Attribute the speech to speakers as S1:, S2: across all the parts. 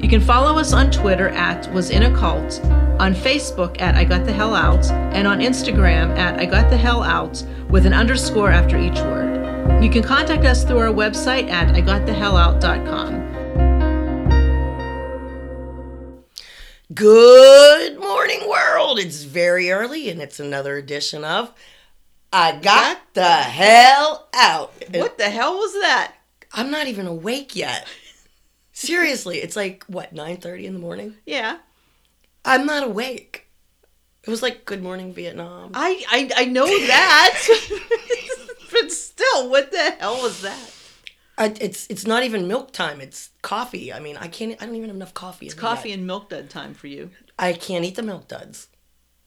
S1: You can follow us on Twitter at Was In A Cult, on Facebook at I Got The Hell Out, and on Instagram at I Got The Hell Out with an underscore after each word. You can contact us through our website at IGotTheHellOut.com.
S2: Good morning, world. It's very early, and it's another edition of I Got the Hell Out.
S1: What the hell was that?
S2: I'm not even awake yet. Seriously, it's like what 9:30 in the morning.
S1: Yeah.
S2: I'm not awake. It was like Good Morning Vietnam.
S1: I I, I know that. but still, what the hell was that?
S2: I, it's it's not even milk time. It's coffee. I mean, I can't. I don't even have enough coffee. It's
S1: Coffee and milk dud time for you.
S2: I can't eat the milk duds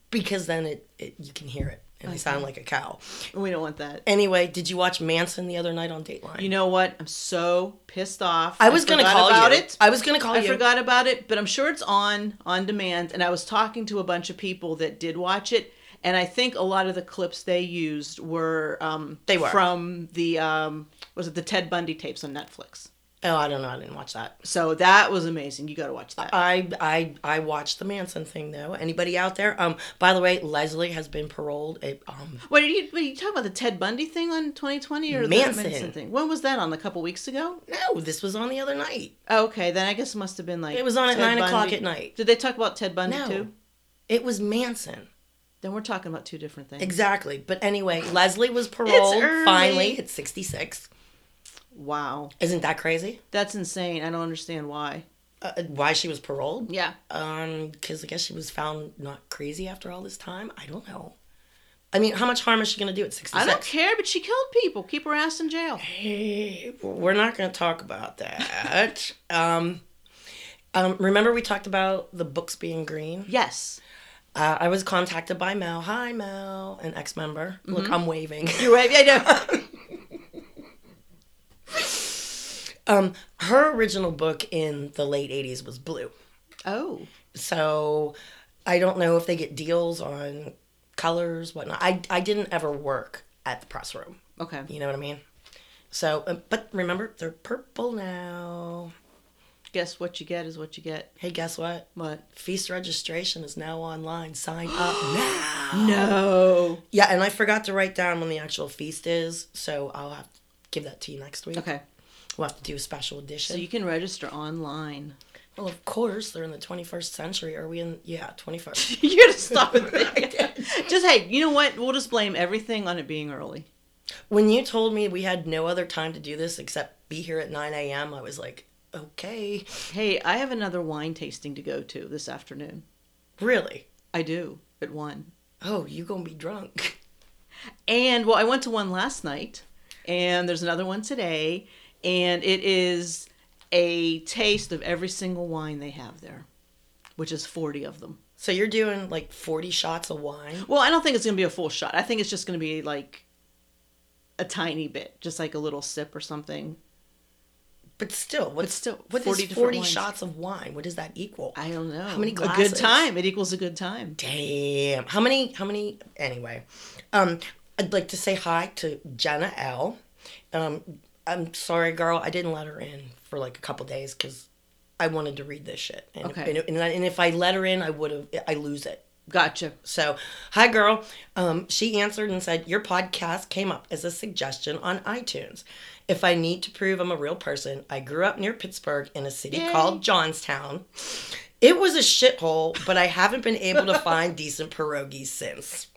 S2: because then it, it you can hear it and I sound like a cow.
S1: We don't want that.
S2: Anyway, did you watch Manson the other night on Dateline?
S1: You know what? I'm so pissed off.
S2: I was gonna
S1: forgot
S2: call
S1: about
S2: you.
S1: it.
S2: I was gonna call
S1: I
S2: you.
S1: forgot about it, but I'm sure it's on on demand. And I was talking to a bunch of people that did watch it, and I think a lot of the clips they used were um,
S2: They were.
S1: from the um, was it the Ted Bundy tapes on Netflix.
S2: Oh, I don't know. I didn't watch that.
S1: So that was amazing. You got to watch that.
S2: I I I watched the Manson thing though. Anybody out there? Um, by the way, Leslie has been paroled. It, um,
S1: What are you? What are you talking about? The Ted Bundy thing on 2020 or the
S2: Manson.
S1: Manson thing? When was that on? A couple weeks ago.
S2: no, this was on the other night.
S1: Oh, okay, then I guess it must have been like
S2: It was on at 9
S1: Ted
S2: o'clock
S1: Bundy.
S2: at night.
S1: Did they talk about Ted Bundy
S2: No,
S1: too?
S2: it was Manson.
S1: Then we're talking about two different things.
S2: Exactly. But anyway, Leslie was paroled
S1: early.
S2: finally at 66.
S1: wow,
S2: Isn't that crazy?
S1: that's insane. I don't understand why.
S2: Uh, why she was paroled?
S1: Yeah,
S2: Um, because I guess she was found not crazy after all this time. I don't know. I mean, how much harm is she gonna do at 66?
S1: I don't care, but she killed people. Keep her ass in jail.
S2: Hey, we're not going to talk about that. um, um, remember we talked about the books being green?
S1: Yes,
S2: Uh, I was contacted by Mel. Hi, Mel, an ex-member. Look, I'm waving.
S1: you're right. I know.
S2: um, her original book in the late '80s was blue,
S1: oh,
S2: so I don't know if they get deals on colors, whatnot. I I didn't ever work at the press room.
S1: okay.
S2: You know what I mean? So, um, but remember, they're purple now.
S1: Guess what you get is what you get.
S2: Hey, guess what?
S1: What?
S2: Feast registration is now online. Sign up now.
S1: No.
S2: Yeah, and I forgot to write down when the actual feast is, so I'll have to give that to you next week.
S1: Okay,
S2: We'll have to do a special
S1: so
S2: edition.
S1: you can register online.
S2: well, of course, they're in the 21st century. Are we in? Yeah, 21st.
S1: you gotta stop with that. Just hey, you know what? We'll just blame everything on it being early.
S2: when you told me we had no other time to do this except be here at 9 a.m., I was like, okay,
S1: Hey, I have another wine tasting to go to this afternoon.
S2: really?
S1: I do at one.
S2: Oh, you gonna be drunk?
S1: And well, I went to one last night, and there's another one today, and it is a taste of every single wine they have there, which is 40 of them.
S2: So you're doing like 40 shots of wine?
S1: Well, I don't think it's going to be a full shot. I think it's just going to be like a tiny bit, just like a little sip or something.
S2: But still, what's
S1: still,
S2: what is
S1: 40
S2: 40,
S1: different wines.
S2: shots of wine? What does that equal?
S1: I don't know.
S2: How many
S1: A good
S2: glasses?
S1: time. It equals a good time.
S2: Damn. How many? How many? Anyway, um, I'd like to say hi to Jenna L. Um, I'm sorry, girl. I didn't let her in for like a couple days because I wanted to read this shit. And,
S1: Okay.
S2: And, and, I- and if I let her in, I would have. I lose it.
S1: Gotcha.
S2: So, hi, girl. Um, she answered and said, Your podcast came up as a suggestion on iTunes. If I need to prove I'm a real person, I grew up near Pittsburgh in a city
S1: Yay.
S2: called Johnstown. It was a shithole, but I haven't been able to find decent pierogies since.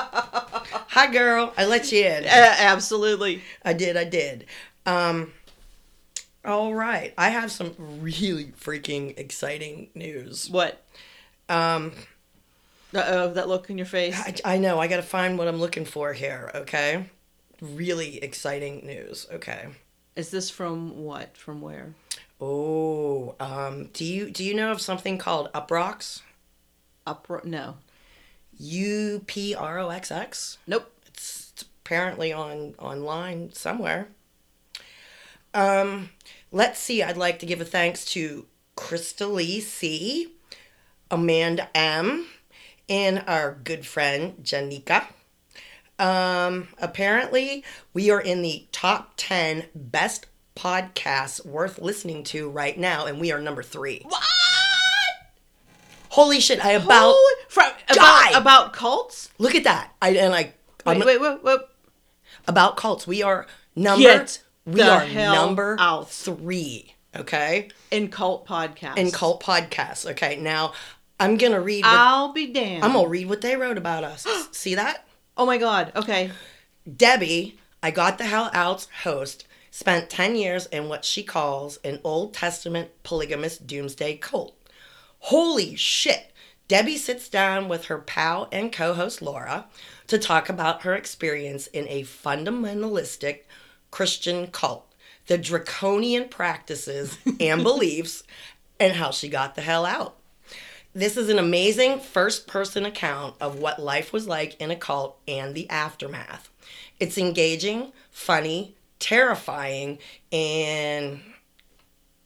S2: hi, girl. I let you in.
S1: Uh, absolutely.
S2: I did. I did. Um, all right. I have some really freaking exciting news.
S1: What?
S2: Um,
S1: Uh oh, that look in your face.
S2: I, I know. I got to find what I'm looking for here. Okay. Really exciting news. Okay.
S1: Is this from what? From where?
S2: Oh, um, do you do you know of something called Uproxx?
S1: Upro- no.
S2: U P R O X X.
S1: Nope.
S2: It's, it's apparently on online somewhere. Um, let's see. I'd like to give a thanks to Crystal Lee C, Amanda M, and our good friend Janika. Um, apparently, we are in the top 10 best podcasts worth listening to right now, and we are number three.
S1: What?
S2: Holy shit! I about
S1: Holy- from,
S2: God!
S1: about, about cults?
S2: look at that. I and I
S1: Wait,
S2: I'm-
S1: wait, wait, wait.
S2: about cults. We are number
S1: Get
S2: we
S1: the
S2: are
S1: hell
S2: number
S1: out.
S2: three. Okay,
S1: In cult podcasts.
S2: in cult podcasts. Okay, now I'm gonna read. What,
S1: I'll be damned.
S2: I'm gonna read what they wrote about us. See that?
S1: oh my god. Okay.
S2: Debbie, I got the hell out's host, spent 10 years in what she calls an Old Testament polygamous doomsday cult. Holy shit! Debbie sits down with her pal and co host Laura to talk about her experience in a fundamentalistic Christian cult, the draconian practices and beliefs, and how she got the hell out. This is an amazing first person account of what life was like in a cult and the aftermath. It's engaging, funny, terrifying, and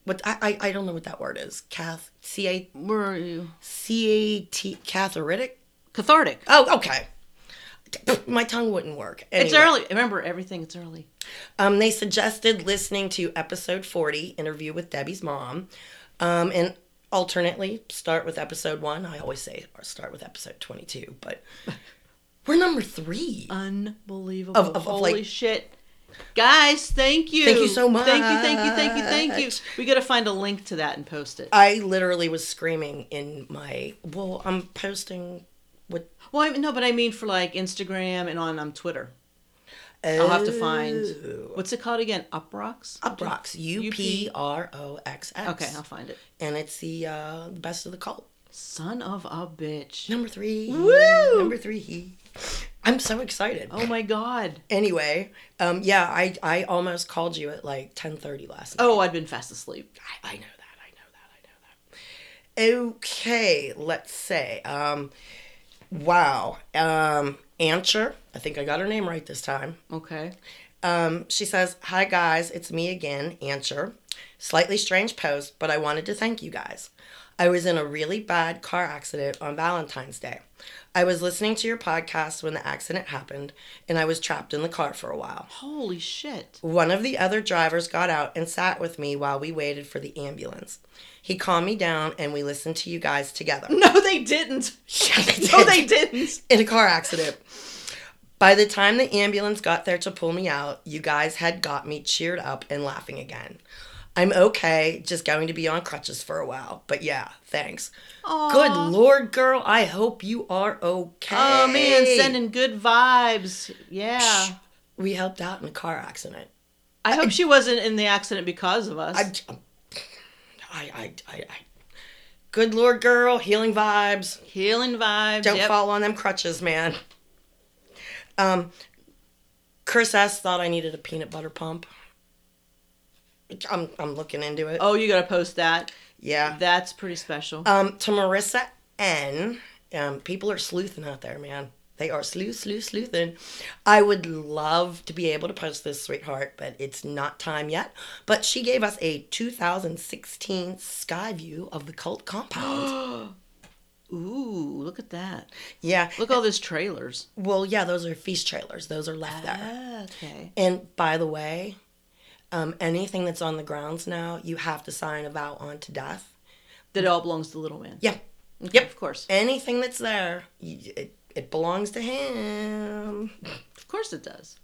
S2: what I, I, I don't know what that word is. Cath C A
S1: Where are you?
S2: C A T catheretic?
S1: Cathartic.
S2: Oh, okay. My tongue wouldn't work.
S1: It's
S2: Anyway.
S1: early. Remember everything. It's early.
S2: Um, they suggested listening to episode 40, interview with Debbie's mom, um, and alternately start with episode one. I always say start with episode 22, but we're number three.
S1: Unbelievable.
S2: Of- of- of,
S1: Holy
S2: like-
S1: shit. Guys, thank you.
S2: Thank you so
S1: Thank you, thank you, thank you, thank you. We got to find a link to that and post it.
S2: I literally was screaming in my, well, I'm posting with.
S1: well, I mean, no, but I mean for like Instagram and on um, Twitter. I'll have to find. What's it called again? Uprocks?
S2: Uprox, U P R O X X.
S1: Okay, I'll find it.
S2: And it's the uh, best of the cult.
S1: Son of a bitch.
S2: Number three.
S1: Woo!
S2: Number three. I'm so excited.
S1: Oh my god.
S2: anyway um yeah i i almost called you at like ten thirty last night
S1: Oh, I'd been fast asleep.
S2: I, I know that i know that i know that okay let's say um wow um Ancher, I think I got her name right this time.
S1: Okay.
S2: Um, she says, Hi guys, it's me again, Ancher. Slightly strange post, but I wanted to thank you guys. I was in a really bad car accident on Valentine's Day. I was listening to your podcast when the accident happened, and I was trapped in the car for a while.
S1: Holy shit.
S2: One of the other drivers got out and sat with me while we waited for the ambulance. He calmed me down and we listened to you guys together.
S1: No, they didn't. No, Oh, they didn't.
S2: in a car accident. By the time the ambulance got there to pull me out, you guys had got me cheered up and laughing again. I'm okay, just going to be on crutches for a while. But yeah, thanks.
S1: Aw.
S2: Good lord, girl, I hope you are okay.
S1: Oh man, sending good vibes. Yeah.
S2: We helped out in a car accident.
S1: I hope she wasn't in the accident because of us.
S2: I, I, I, I, I. Good Lord, girl, healing vibes.
S1: Healing vibes.
S2: Don't
S1: yep.
S2: fall on them crutches, man. Um, Chris S thought I needed a peanut butter pump. I'm, I'm looking into it.
S1: Oh, you gotta post that.
S2: yeah.
S1: That's pretty special.
S2: Um, to Marissa N, um, people are sleuthing out there, man. They are sleuth, sleuth, sleuthing. I would love to be able to post this, sweetheart, but it's not time yet. But she gave us a 2016 sky view of the cult compound.
S1: Uh. Ooh, look at that.
S2: yeah.
S1: Look at all those trailers.
S2: Well, yeah, those are feast trailers. Those are left
S1: Ah.
S2: there.
S1: Okay.
S2: And by the way, um, anything that's on the grounds now, you have to sign a vow on to death.
S1: That all belongs to little man.
S2: Yeah.
S1: Okay,
S2: Yep.
S1: Of course.
S2: Anything that's there, y it, it belongs to him.
S1: Of course it does.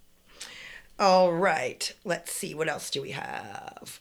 S2: All right, let's see what else do we have.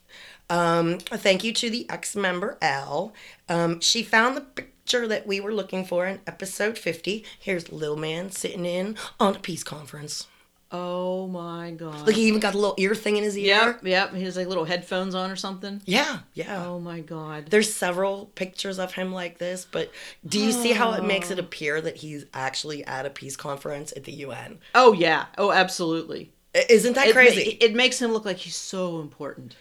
S2: Um, thank you to the ex member L. Um, she found the picture that we were looking for in episode 50. Here's Lil Man sitting in on a peace conference.
S1: Oh my god.
S2: Look, he even got a little ear thing in his ear.
S1: Yep, yep. He has like little headphones on or something.
S2: Yeah, yeah.
S1: Oh my god.
S2: There's several pictures of him like this, but do you see how it makes
S1: Oh.
S2: it appear that he's actually at a peace conference at the UN?
S1: Oh yeah. Oh absolutely.
S2: I- Isn't that
S1: It,
S2: crazy?
S1: It, it makes him look like he's so important.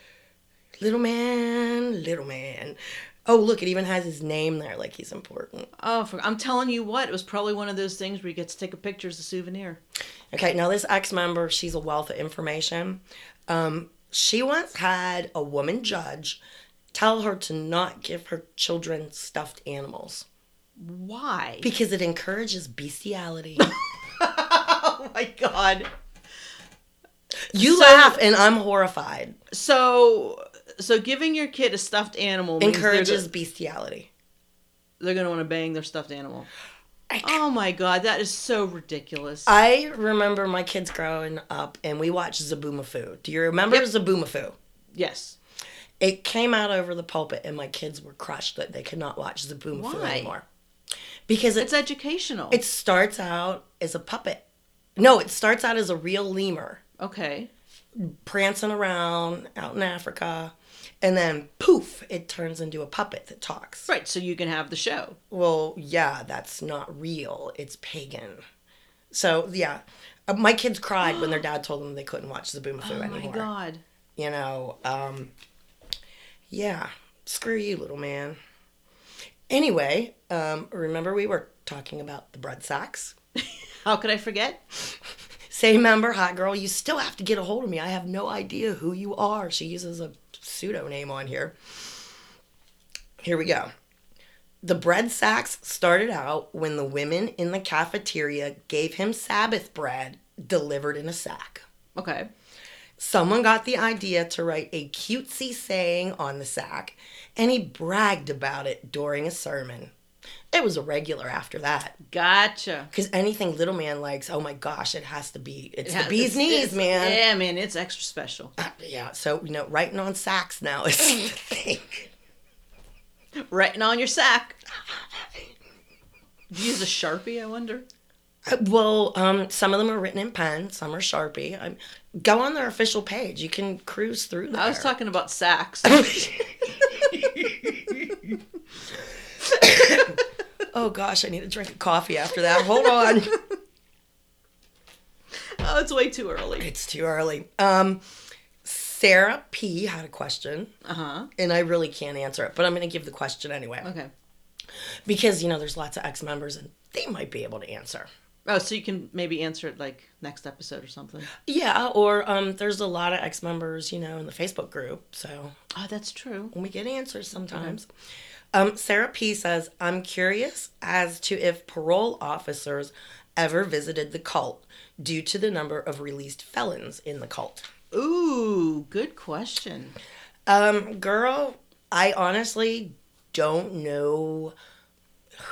S2: Little man, little man. Oh, look, it even has his name there, like he's important.
S1: Oh, for, I'm telling you what, it was probably one of those things where you get to take a picture as a souvenir.
S2: Okay, now this ex member, she's a wealth of information. Um, she once had a woman judge tell her to not give her children stuffed animals
S1: Why?
S2: because it encourages bestiality.
S1: oh my god.
S2: you
S1: So-
S2: laugh, and I'm horrified.
S1: So, so giving your kid a stuffed animal means they're
S2: Encourages
S1: go-
S2: bestiality.
S1: They're gonna want to bang their stuffed animal. Oh my god, that is so ridiculous.
S2: I remember my kids growing up, and we watched Zaboomafu. Do you remember Zaboomafu?
S1: yes.
S2: It came out over the pulpit, and my kids were crushed that they could not watch Zaboomafu
S1: Why?
S2: anymore because it
S1: It's educational.
S2: It starts out as a puppet. No, it starts out as a real lemur
S1: okay.
S2: prancing around out in Africa. And then poof, it turns into a puppet that talks.
S1: Right, so you can have the show.
S2: Well, yeah, that's not real. It's pagan. So, yeah. Uh, My kids cried when their dad told them they couldn't watch Zaboomafoo
S1: Oh my
S2: anymore.
S1: god.
S2: You know, um, yeah, screw you, little man. Anyway, um, remember we were talking about the bread sacks?
S1: How Oh, could I forget?
S2: Same member, hot girl, you still have to get a hold of me. I have no idea who you are. She uses a pseudonym on here. Here we go. The bread sacks started out when the women in the cafeteria gave him Sabbath bread delivered in a sack.
S1: Okay.
S2: Someone got the idea to write a cutesy saying on the sack, and he bragged about it during a sermon. It was a regular after that.
S1: Gotcha.
S2: Because anything little man likes, oh my gosh, it has to be. It's
S1: Yeah,
S2: the bee's
S1: it's-
S2: knees,
S1: it's-
S2: man.
S1: Yeah, man, it's extra special.
S2: Uh, yeah, so you know, writing on sacks now is the thing.
S1: Writing on your sack. Did you use a sharpie? I wonder.
S2: Uh, Well, um, some of them are written in pen, some are sharpie. i go on their official page; you can cruise through there.
S1: I was talking about sacks.
S2: oh gosh, I need a drink of coffee after that. Hold on,
S1: oh, it's way too early.
S2: it's too early. Um, Sarah P had a question,
S1: Uh huh.
S2: and I really can't answer it, but I'm going to give the question anyway
S1: Okay.
S2: because you know there's lots of ex members, and they might be able to answer.
S1: Oh, so you can maybe answer it like next episode or something.
S2: Yeah, or um, there's a lot of ex members, you know, in the Facebook group. So
S1: Oh, that's true.
S2: we get answers sometimes. Um, Sarah P says, I'm curious as to if parole officers ever visited the cult due to the number of released felons in the cult.
S1: Ooh, good question.
S2: Um, girl, I honestly don't know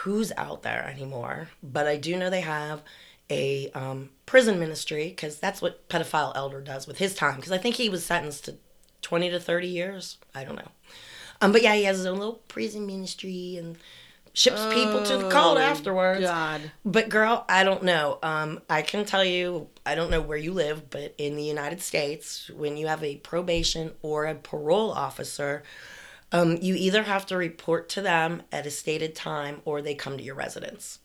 S2: who's out there anymore, but I do know they have a um, prison ministry because that's what pedophile elder does with his time. Because I think he was sentenced to twenty to thirty years. I don't know. Um, but yeah, he has his own little prison ministry and ships people to the cult
S1: Oh,
S2: afterwards.
S1: God.
S2: But girl, I don't know. Um, I can tell you, I don't know where you live, but in the United States, when you have a probation or a parole officer, um, you either have to report to them at a stated time or they come to your residence.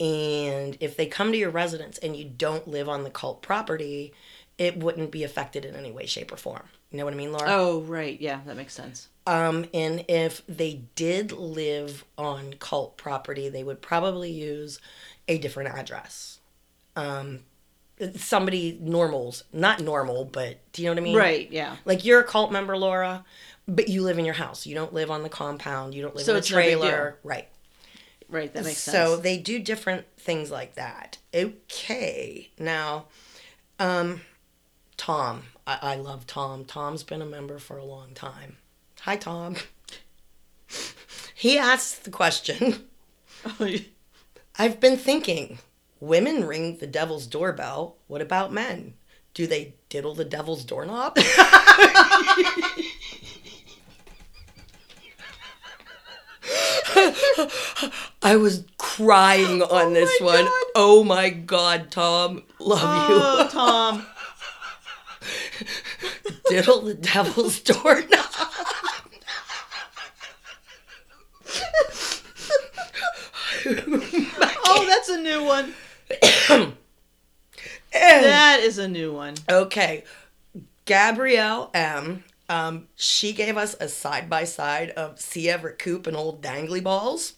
S2: And if they come to your residence and you don't live on the cult property, it wouldn't be affected in any way, shape, or form. You know what I mean, Laura?
S1: Oh, right. Yeah, that makes sense.
S2: Um, and if they did live on cult property, they would probably use a different address. Um, somebody normals, not normal, but do you know what I mean?
S1: Right. Yeah.
S2: Like you're a cult member, Laura, but you live in your house. You don't live on the compound. You don't live
S1: So
S2: in a
S1: it's no big deal.
S2: trailer. Right.
S1: Right. That makes sense.
S2: So they do different things like that. Okay. Now, um, Tom. I, I love Tom. Tom's been a member for a long time. Hi, Tom. he asked the question
S1: Oh,
S2: I've been thinking, women ring the devil's doorbell. What about men? Do they diddle the devil's doorknob? I was crying on this
S1: my
S2: one.
S1: God.
S2: Oh my god, Tom. Love
S1: oh, Tom.
S2: you. Diddle the devil's doorknob.
S1: Oh, that's a new one. That is a new one.
S2: Okay. Gabrielle M Um, she gave us a side by side of C. Everett Koop and old dangly balls.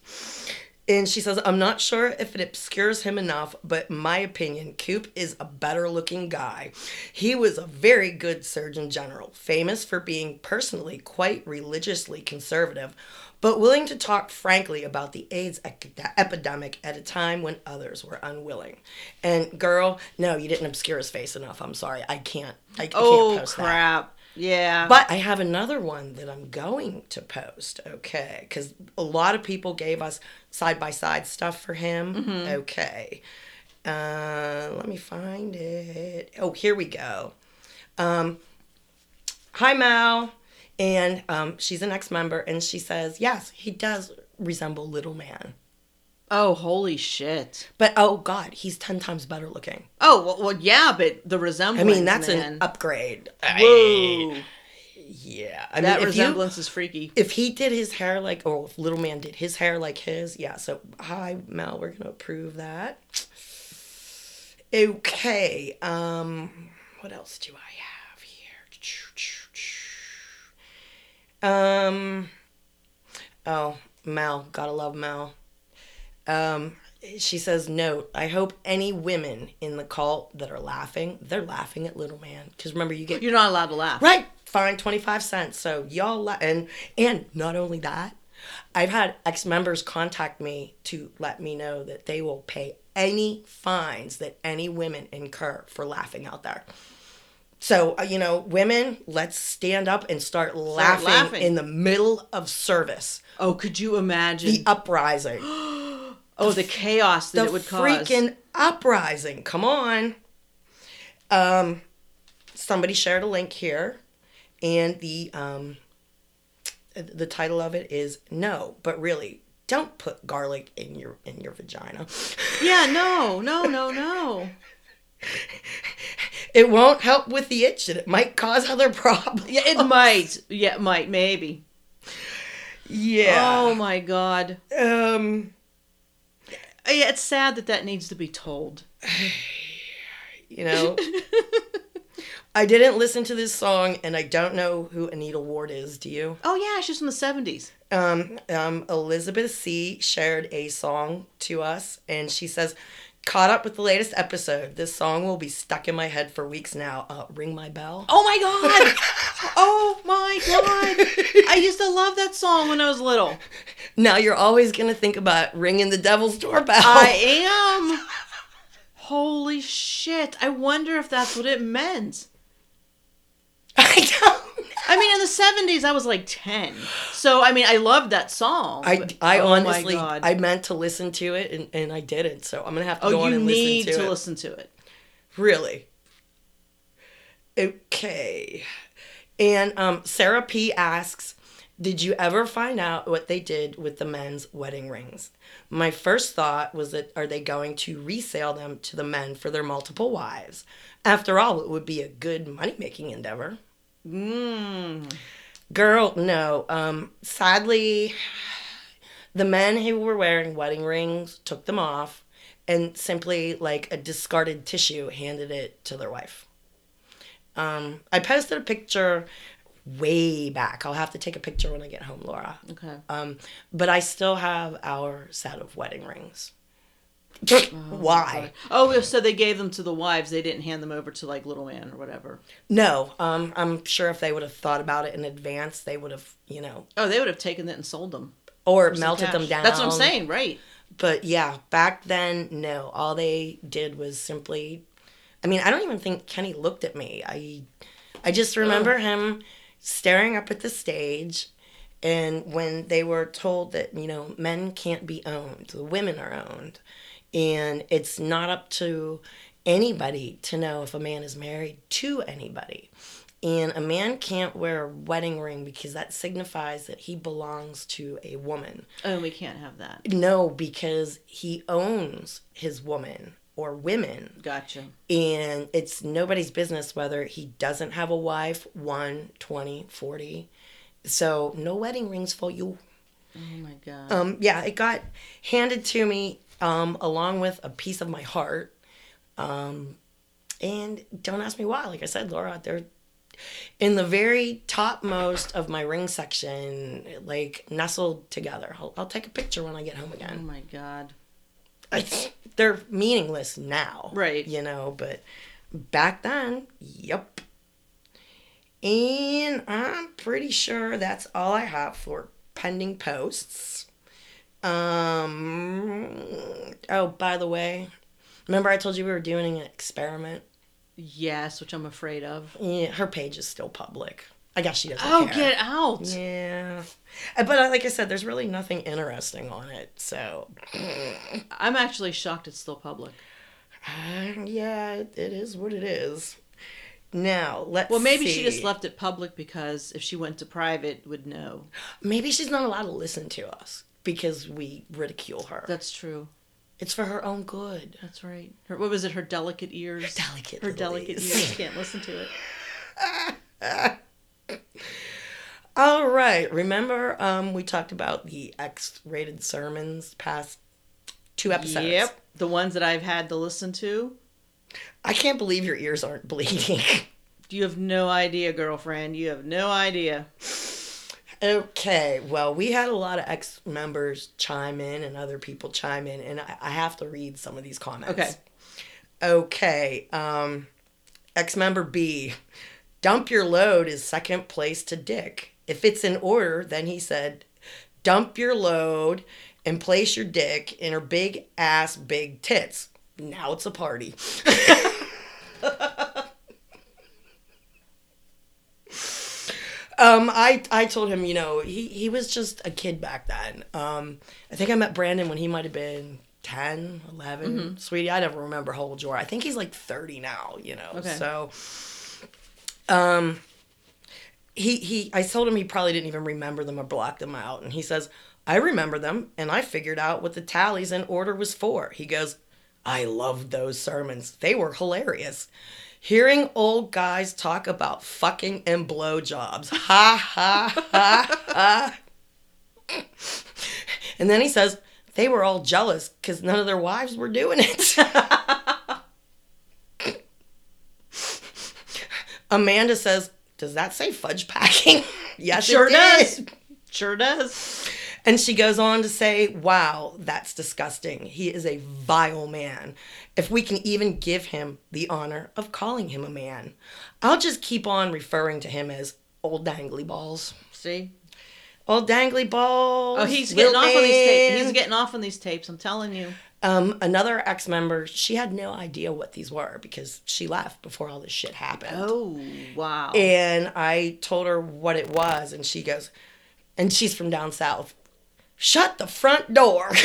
S2: And she says, I'm not sure if it obscures him enough, but my opinion, Coop is a better looking guy. He was a very good Surgeon General, famous for being personally quite religiously conservative, but willing to talk frankly about the AIDS ec- epidemic at a time when others were unwilling. And girl, no, you didn't obscure his face enough. I'm sorry. I can't. I, I
S1: Oh
S2: can't post that.
S1: crap! Yeah.
S2: But I have another one that I'm going to post. Okay. Because a lot of people gave us side by side stuff for him. Okay. Uh, let me find it. Oh, here we go. Um, Hi, Mal. And um, she's an ex member, and she says, Yes, he does resemble Little Man.
S1: oh holy shit!
S2: But oh, God, he's 10 times better looking.
S1: Oh well, well yeah, but the
S2: I
S1: resemblance.
S2: mean, that's
S1: man.
S2: an upgrade. I-
S1: Whoa,
S2: yeah. I
S1: that
S2: mean, if you-
S1: resemblance is freaky.
S2: if he did his hair like or if little man did his hair like his yeah so hi mel we're gonna approve that okay um what else do i have here um oh mel gotta love mel um she says note i hope any women in the cult that are laughing they're laughing at little man because remember you get
S1: You're not allowed to laugh.
S2: Right. Fine, 25 cents. So y'all let, and and not only that, I've had ex members contact me to let me know that they will pay any fines that any women incur for laughing out there. So, uh, you know, women, let's stand up and start laughing,
S1: laughing.
S2: in the middle of service.
S1: Oh, could you imagine?
S2: The uprising.
S1: oh, the chaos that
S2: the
S1: it would cause.
S2: freaking uprising. Come on. Um, somebody shared a link here, and the um, the title of it is "No, but really, don't put garlic in your in your vagina.
S1: Yeah, no, no, no, no.
S2: It won't help with the itch, and it might cause other problems."
S1: Yeah, it might. Yeah, it might. Maybe. Oh
S2: Yeah.
S1: my god. Oh.
S2: Um.
S1: Yeah, it's sad that that needs to be told.
S2: You know. I didn't listen to this song, and I don't know who Anita Ward is. Do you?
S1: Oh yeah, she's from the seventies.
S2: um, um, Elizabeth C shared a song to us, and she says, "Caught up with the latest episode. This song will be stuck in my head for weeks now. Uh, ring my bell."
S1: Oh my god. oh my god. I used to love that song when I was little.
S2: Now you're always gonna think about ringing the devil's doorbell.
S1: I am. Holy shit. I wonder if that's what it meant.
S2: I don't. know.
S1: I mean, in the seventies, I was like ten, so I mean, I loved that song.
S2: I,
S1: but-
S2: I
S1: oh my
S2: honestly
S1: God.
S2: I meant to listen to it and, and I didn't so I'm gonna have to go
S1: oh,
S2: on
S1: you
S2: and
S1: need
S2: listen to,
S1: to
S2: it.
S1: listen to it.
S2: Really? Okay. And um, Sarah P asks, did you ever find out what they did with the men's wedding rings? My first thought was that are they going to resale them to the men for their multiple wives? After all, it would be a good money making endeavor.
S1: Mm.
S2: Girl, no. Um, sadly, the men who were wearing wedding rings took them off and simply, like a discarded tissue, handed it to their wife. Um, I posted a picture way back. I'll have to take a picture when I get home, Laura.
S1: Okay.
S2: Um, but I still have our set of wedding rings. Why?
S1: Oh, so they gave them to the wives. They didn't hand them over to like little man or whatever.
S2: No. Um, I'm sure if they would have thought about it in advance, they would have, you know,
S1: Oh, they would have taken it and sold them.
S2: or
S1: for some
S2: melted them
S1: cash.
S2: down.
S1: That's what I'm saying, right?
S2: but yeah, back then, no. All they did was simply, I mean, I don't even think Kenny looked at me. I, I just remember him staring up at the stage, and when they were told that you know men can't be owned, the women are owned, and it's not up to anybody to know if a man is married to anybody. And a man can't wear a wedding ring because that signifies that he belongs to a woman.
S1: Oh, we can't have that.
S2: No, because he owns his woman or women.
S1: Gotcha.
S2: And it's nobody's business whether he doesn't have a wife, one, 20, 40. So no wedding rings for you.
S1: Oh my god.
S2: Um, yeah, it got handed to me um, along with a piece of my heart. Um, and don't ask me why. Like I said, Laura, they're in the very topmost of my ring section, like nestled together. I'll, I'll take a picture when I get home
S1: Oh
S2: again.
S1: my God.
S2: They're meaningless now.
S1: Right.
S2: You know, but back then, yep. And I'm pretty sure that's all I have for pending posts. Um oh, by the way, remember I told you we were doing an experiment?
S1: Yes, which I'm afraid of.
S2: Yeah, her page is still public. I guess she doesn't
S1: Oh,
S2: care.
S1: get out.
S2: Yeah. Uh, But uh, like I said, there's really nothing interesting on it. So,
S1: I'm actually shocked it's still public.
S2: uh, yeah, it it is what it is. Now, let's
S1: Well, maybe she just
S2: see.
S1: left it public because if she went to private, would know.
S2: Maybe she's not allowed to listen to us because we ridicule her.
S1: That's true.
S2: it's for her own good.
S1: That's right. Her, what was it? Her delicate ears.
S2: Delicate.
S1: Her
S2: little
S1: delicate
S2: ladies.
S1: ears can't listen to it.
S2: All right. Remember um we talked about the X-rated sermons past two episodes.
S1: Yep. The ones that I've had to listen to.
S2: I can't believe your ears aren't bleeding.
S1: You have no idea, girlfriend. You have no idea.
S2: Okay, well, we had a lot of ex members chime in and other people chime in, and I, I have to read some of these comments.
S1: Okay.
S2: Okay. Um, ex member B, dump your load is second place to dick. If it's in order, then he said, dump your load and place your dick in her big ass, big tits. Now it's a party. Um, I, I told him, you know, he, he was just a kid back then. Um, I think I met Brandon when he might have been 10, 11. Sweetie, I never remember how old you are. I think he's like 30 now, you know.
S1: Okay.
S2: So, um, he, he, I told him he probably didn't even remember them or blocked them out. And he says, I remember them and I figured out what the tallies in order was for. He goes, I loved those sermons. They were hilarious. Hearing old guys talk about fucking and blowjobs. Ha ha ha ha. And then he says they were all jealous because none of their wives were doing it. Amanda says, Does that say fudge packing? yes,
S1: Sure
S2: it
S1: does.
S2: did.
S1: Sure does.
S2: And she goes on to say, Wow, that's disgusting. He is a vile man. If we can even give him the honor of calling him a man, I'll just keep on referring to him as old dangly balls.
S1: See?
S2: Old dangly balls.
S1: Oh, he's getting off on these tapes. He's
S2: Wilton.
S1: getting off on these tapes. I'm telling you.
S2: um, another ex member, she had no idea what these were because she left before all this shit happened.
S1: Oh wow.
S2: And I told her what it was, and she goes, and she's from down south. Shut the front door.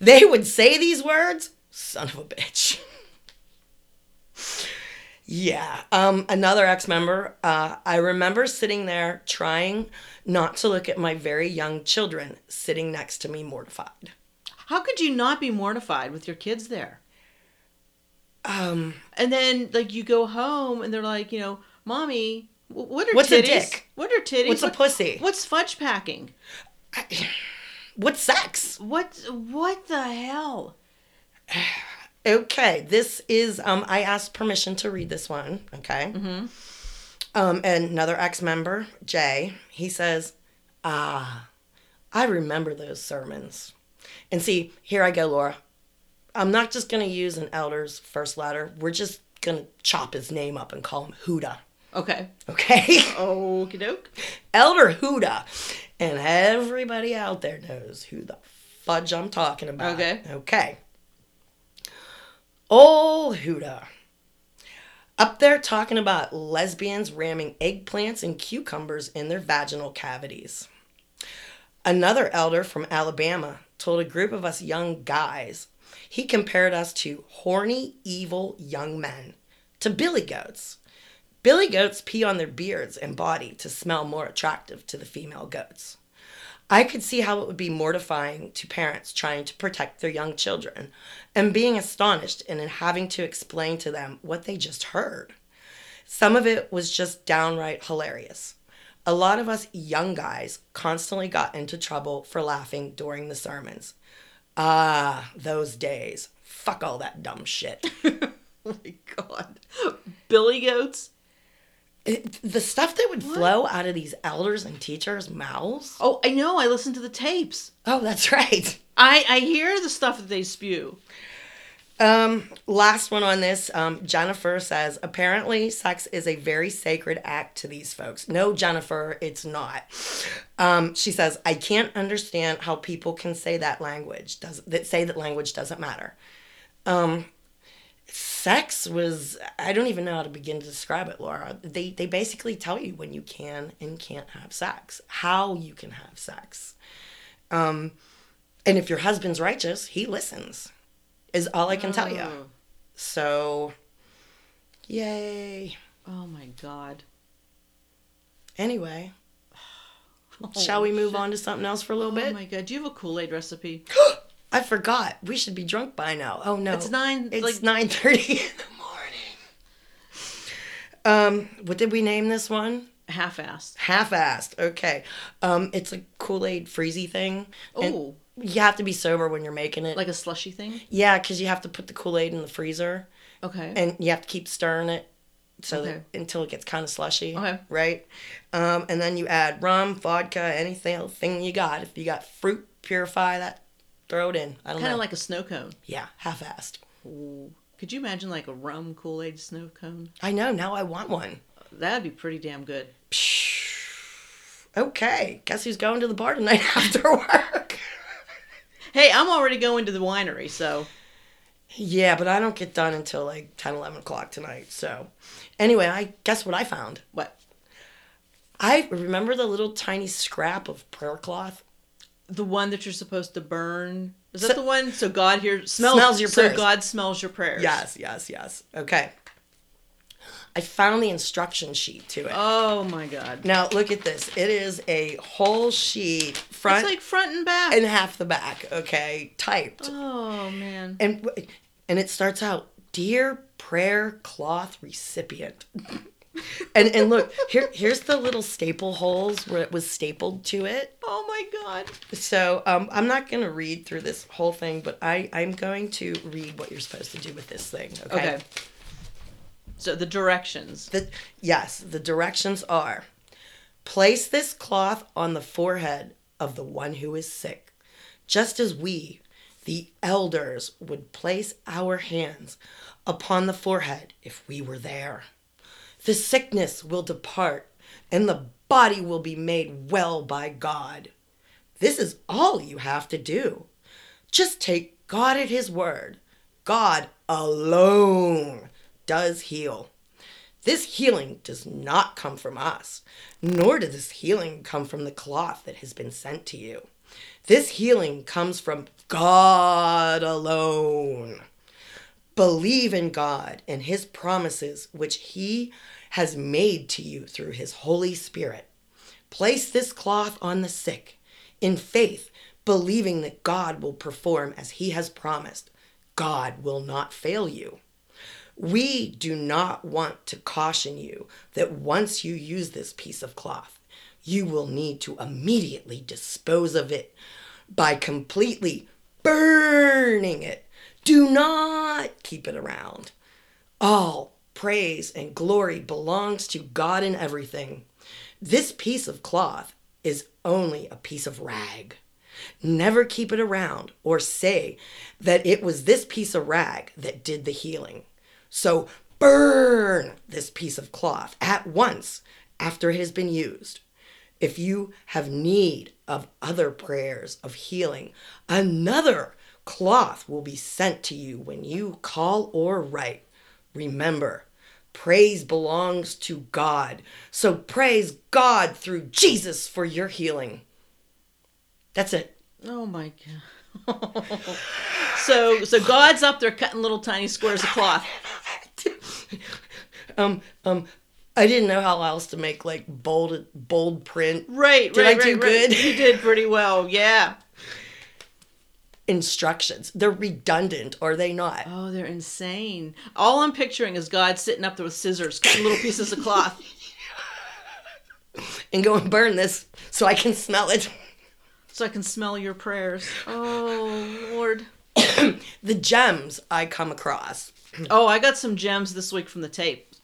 S2: they would say these words, son of a bitch. Yeah. Um, another ex member, uh, I remember sitting there trying not to look at my very young children sitting next to me, mortified.
S1: How could you not be mortified with your kids there? Um. And then like you go home and they're like, you know, mommy, wh- what are
S2: What's a
S1: titties?
S2: dick?
S1: What are titties?
S2: What's a
S1: What-
S2: pussy?
S1: What's fudge packing?
S2: What sex?
S1: What what the hell?
S2: Okay, this is um I asked permission to read this one, okay? Mm-hmm. Um and another ex-member, Jay, he says, "Ah, I remember those sermons." And see, here I go, Laura. I'm not just going to use an elder's first letter. We're just going to chop his name up and call him Huda.
S1: Okay.
S2: Okay?
S1: Okie doke.
S2: Elder Huda. And everybody out there knows who the fudge I'm talking about.
S1: Okay.
S2: Okay. Old Huda. Up there talking about lesbians ramming eggplants and cucumbers in their vaginal cavities. Another elder from Alabama told a group of us young guys he compared us to horny, evil young men, to billy goats. Billy goats pee on their beards and body to smell more attractive to the female goats. I could see how it would be mortifying to parents trying to protect their young children and being astonished and in having to explain to them what they just heard. Some of it was just downright hilarious. A lot of us young guys constantly got into trouble for laughing during the sermons. Ah, those days. Fuck all that dumb shit.
S1: Oh my god. Billy goats?
S2: It, the stuff that would flow out of these elders and teachers' mouths.
S1: Oh, I know. I listened to the tapes.
S2: Oh, that's right.
S1: I, I hear the stuff that they spew.
S2: Um, last one on this. Um, Jennifer says apparently sex is a very sacred act to these folks. No, Jennifer, it's not. Um, she says I can't understand how people can say that language does that say that language doesn't matter. sex was I don't even know how to begin to describe it, Laura. They they basically tell you when you can and can't have sex, how you can have sex. Um and if your husband's righteous, he listens. Is all I can tell you.
S1: Oh.
S2: So yay.
S1: Oh my God.
S2: Anyway, shall we move on to something else for a little
S1: Oh
S2: bit?
S1: my God. Do you have a Kool Aid recipe?
S2: I forgot. We should be drunk by now. Oh no.
S1: Oh It's nine-
S2: It's
S1: like-
S2: nine thirty in the morning. Um, what did we name this one?
S1: Half assed.
S2: Half-assed. Okay. Um, it's a Kool Aid freezy thing. And
S1: Oh,
S2: you have to be sober when you're making it.
S1: like a slushy thing?
S2: yeah, because you have to put the Kool Aid in the freezer,
S1: Okay.
S2: and you have to keep stirring it. So
S1: Okay.
S2: that, until it gets kind of slushy,
S1: Okay.
S2: right? Um, and then you add rum, vodka, anything else thing you got. If you got fruit, purify that, throw it in. I don't
S1: kind
S2: know.
S1: of like a snow cone.
S2: yeah, half-assed.
S1: Ooh. Could you imagine like a rum Kool Aid snow cone?
S2: I know. Now I want one.
S1: That'd be pretty damn good.
S2: Okay, guess who's going to the bar tonight after work?
S1: Hey, I'm already going to the winery, so
S2: yeah, but I don't get done until like 10, 11 o'clock tonight. So, anyway, I guess what I found.
S1: what?
S2: I remember the little tiny scrap of prayer cloth.
S1: The one that you're supposed to burn. Is that
S2: So-
S1: the one? So God hears smells,
S2: Smells your
S1: So
S2: prayers.
S1: God smells your prayers.
S2: Yes, yes, yes. Okay. I found the instruction sheet to it.
S1: Oh my God.
S2: Now, look at this. It is a whole sheet,
S1: It's
S2: front
S1: like front and back.
S2: and half the back, okay, typed.
S1: oh man.
S2: and and it starts out dear prayer cloth recipient and and look here here's the little staple holes where it was stapled to it
S1: Oh my God.
S2: so um, i'm not going to read through this whole thing but i i'm going to read what you're supposed to do with this thing okay,
S1: Okay. So the directions.
S2: The, yes the directions are place this cloth on the forehead of the one who is sick just as we, the elders, would place our hands upon the forehead if we were there. The sickness will depart, and the body will be made well by God. This is all you have to do. Just take God at His word. God alone does heal. This healing does not come from us, nor does this healing come from the cloth that has been sent to you. This healing comes from God alone. Believe in God and his promises, which he has made to you through his Holy Spirit. Place this cloth on the sick in faith, believing that God will perform as he has promised. God will not fail you. We do not want to caution you that once you use this piece of cloth, you will need to immediately dispose of it by completely burning it. Do not keep it around. All praise and glory belongs to God in everything. This piece of cloth is only a piece of rag. Never keep it around or say that it was this piece of rag that did the healing. So burn this piece of cloth at once after it has been used. If you have need of other prayers of healing, another cloth will be sent to you when you call or write. Remember, praise belongs to God. So praise God through Jesus for your healing. That's it.
S1: Oh my God. so so God's up there cutting little tiny squares of cloth.
S2: um, um, I didn't know how else to make like bold bold print
S1: Right.
S2: Did
S1: right,
S2: I do
S1: right, right.
S2: good?
S1: You did pretty well. Yeah.
S2: instructions. They're redundant, are they not?
S1: Oh, they're insane. All I'm picturing is God sitting up there with scissors, cutting little pieces of cloth.
S2: And go and burn this so I can smell it.
S1: so I can smell your prayers. Oh, Lord.
S2: The gems I come across.
S1: Oh, I got some gems this week from the tape.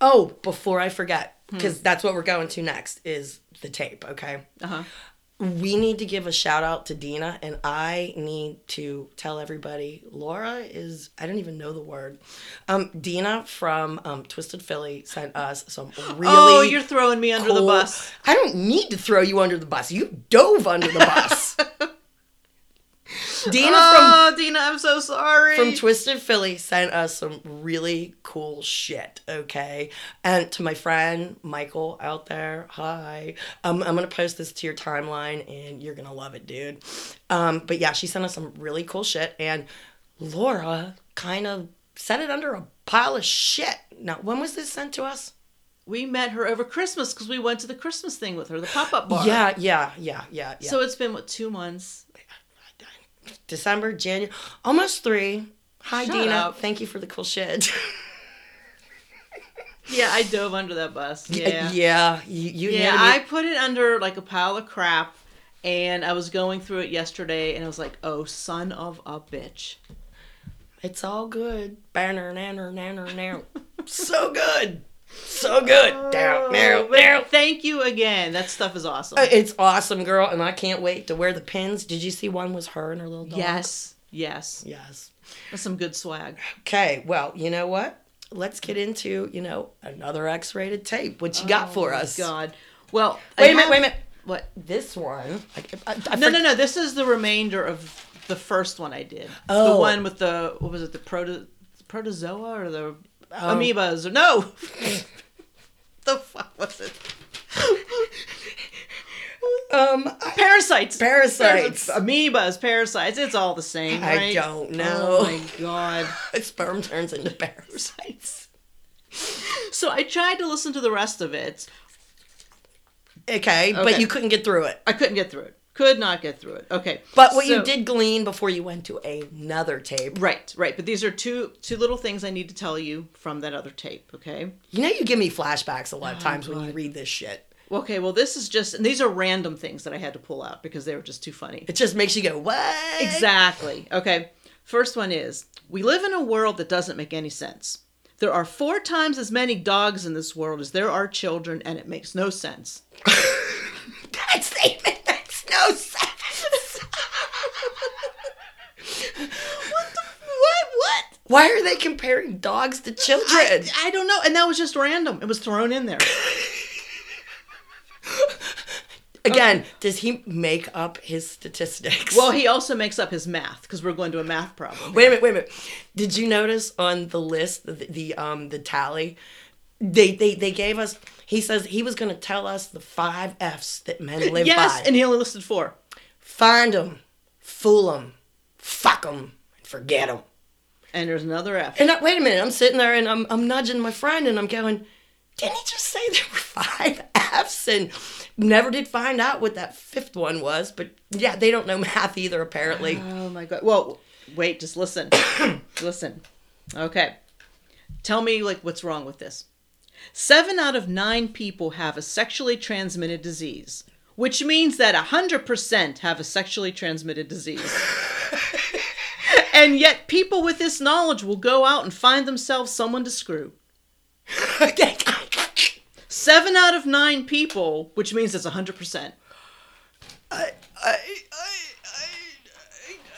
S2: Oh, before I forget,
S1: Hmm.
S2: because that's what we're going to next is the tape. Okay.
S1: Uh-huh.
S2: We need to give a shout out to Dina, and I need to tell everybody Laura is, I don't even know the word. Um, Dina from um, Twisted Philly sent us some really.
S1: oh, you're throwing me under the
S2: cool-
S1: bus.
S2: I don't need to throw you under the bus. You dove under the bus. Dina from
S1: oh, Dina, I'm so sorry.
S2: from Twisted Philly sent us some really cool shit, okay? And to my friend Michael out there, hi. Um, I'm gonna post this to your timeline and you're gonna love it, dude. Um, but yeah, she sent us some really cool shit and Laura kind of set it under a pile of shit. Now, when was this sent to us?
S1: we met her over Christmas because we went to the Christmas thing with her, the pop up bar.
S2: Yeah, yeah, yeah, yeah, yeah.
S1: So it's been what two months?
S2: December, January, almost three. Hi,
S1: Shut
S2: Dina.
S1: up.
S2: Thank you for the cool shit.
S1: Yeah, I dove under that bus. Yeah, yeah.
S2: yeah you, you handed me-
S1: I put it under like a pile of crap, and I was going through it yesterday, and I was like, "Oh, son of a bitch!"
S2: It's all good. Banner, nanner, nanner, nanner. so good. So good. Down,
S1: Oh,
S2: now,
S1: but
S2: now.
S1: Thank you again. That stuff is awesome.
S2: It's awesome, girl, and I can't wait to wear the pins. Did you see one was her and her little dog?
S1: yes, yes,
S2: Yes.
S1: that's some good swag.
S2: Okay, well, you know what? Let's get into, you know, another X rated tape. What you got for us?
S1: Oh God. Well, I
S2: Wait a minute,
S1: have-
S2: wait a minute.
S1: What?
S2: This one. I, I, I
S1: No,
S2: forg-
S1: no, no. This is the remainder of the first one I did. The
S2: Oh.
S1: one with the what was it? The proto protozoa or
S2: Oh.
S1: the amoebas or no? the fuck was it?
S2: Um, I,
S1: Parasites.
S2: Parasites.
S1: Amoebas. Parasites. It's all the same.
S2: I
S1: right?
S2: don't
S1: Oh
S2: know.
S1: my god.
S2: sperm turns into parasites.
S1: So I tried to listen to the rest of it.
S2: Okay,
S1: Okay.
S2: but you couldn't get through it.
S1: I couldn't get through it. Could not get through it. Okay.
S2: But what
S1: so-
S2: you did glean before you went to another tape
S1: Right, right. But these are two two little things I need to tell you from that other tape, okay?
S2: You know, you give me flashbacks a
S1: Oh,
S2: lot of times when you read this shit.
S1: Okay, well, this is just, and these are random things that I had to pull out because they were just too funny.
S2: It just makes you go, what?
S1: Exactly. Okay. First one is We live in a world that doesn't make any sense. There are four times as many dogs in this world as there are children, and it makes no sense.
S2: That statement makes no sense.
S1: What? What?
S2: Why are they comparing dogs to children?
S1: I, I don't know. And that was just random. It was thrown in there.
S2: Again, does he make up his statistics?
S1: Well, he also makes up his math because we're going to a math problem.
S2: wait a minute, wait a minute. Did you notice on the list the, the um the tally? They, they they gave us. He says he was going to tell us the five F's that men live
S1: Yes,
S2: by.
S1: and he only listed four.
S2: Find them, fool them, fuck them, forget them.
S1: And there's another F.
S2: And I, wait a minute, I'm sitting there and I'm, I'm nudging my friend and I'm going, didn't he just say there were five F's? And never did find out what that fifth one was. But yeah, they don't know math either, apparently.
S1: Oh my god. Well, wait, just listen. listen. Okay. Tell me like what's wrong with this. 7 out of 9 people have a sexually transmitted disease, which means that 100% have a sexually transmitted disease. and yet people with this knowledge will go out and find themselves someone to screw.
S2: Okay.
S1: 7 out of 9 people, which means it's 100%.
S2: I, I, I,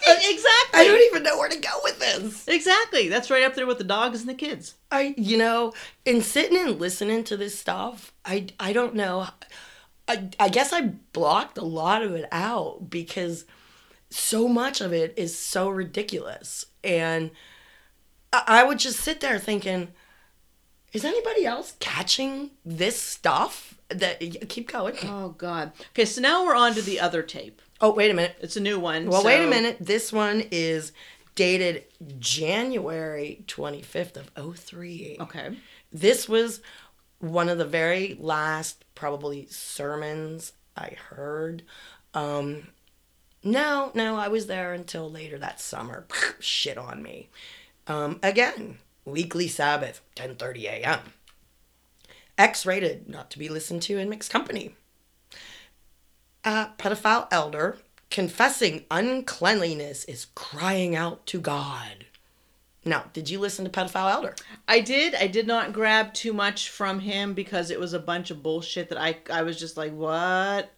S1: Exactly.
S2: I don't e- even know where to go with this.
S1: Exactly. That's right up there with the dogs and the kids.
S2: I, you know, in sitting and listening to this stuff, I, I don't know. I, I guess I blocked a lot of it out because so much of it is so ridiculous. And I, I would just sit there thinking, is anybody else catching this stuff? That y- keep going.
S1: Oh God. Okay, so now we're on to the other tape.
S2: Oh, wait a minute.
S1: It's a new one.
S2: Well, wait a
S1: so-
S2: minute. This one is dated January 25th of 03.
S1: Okay.
S2: This was one of the very last, probably, sermons I heard. Um, no, no, I was there until later that summer. Shit on me. Um, again, weekly Sabbath, 10.30 a.m. X-rated, not to be listened to in mixed company. A pedophile elder confessing uncleanliness is crying out to God. Now, did you listen to Pedophile Elder?
S1: I did. I did not grab too much from him because it was a bunch of bullshit that I I was just like, what?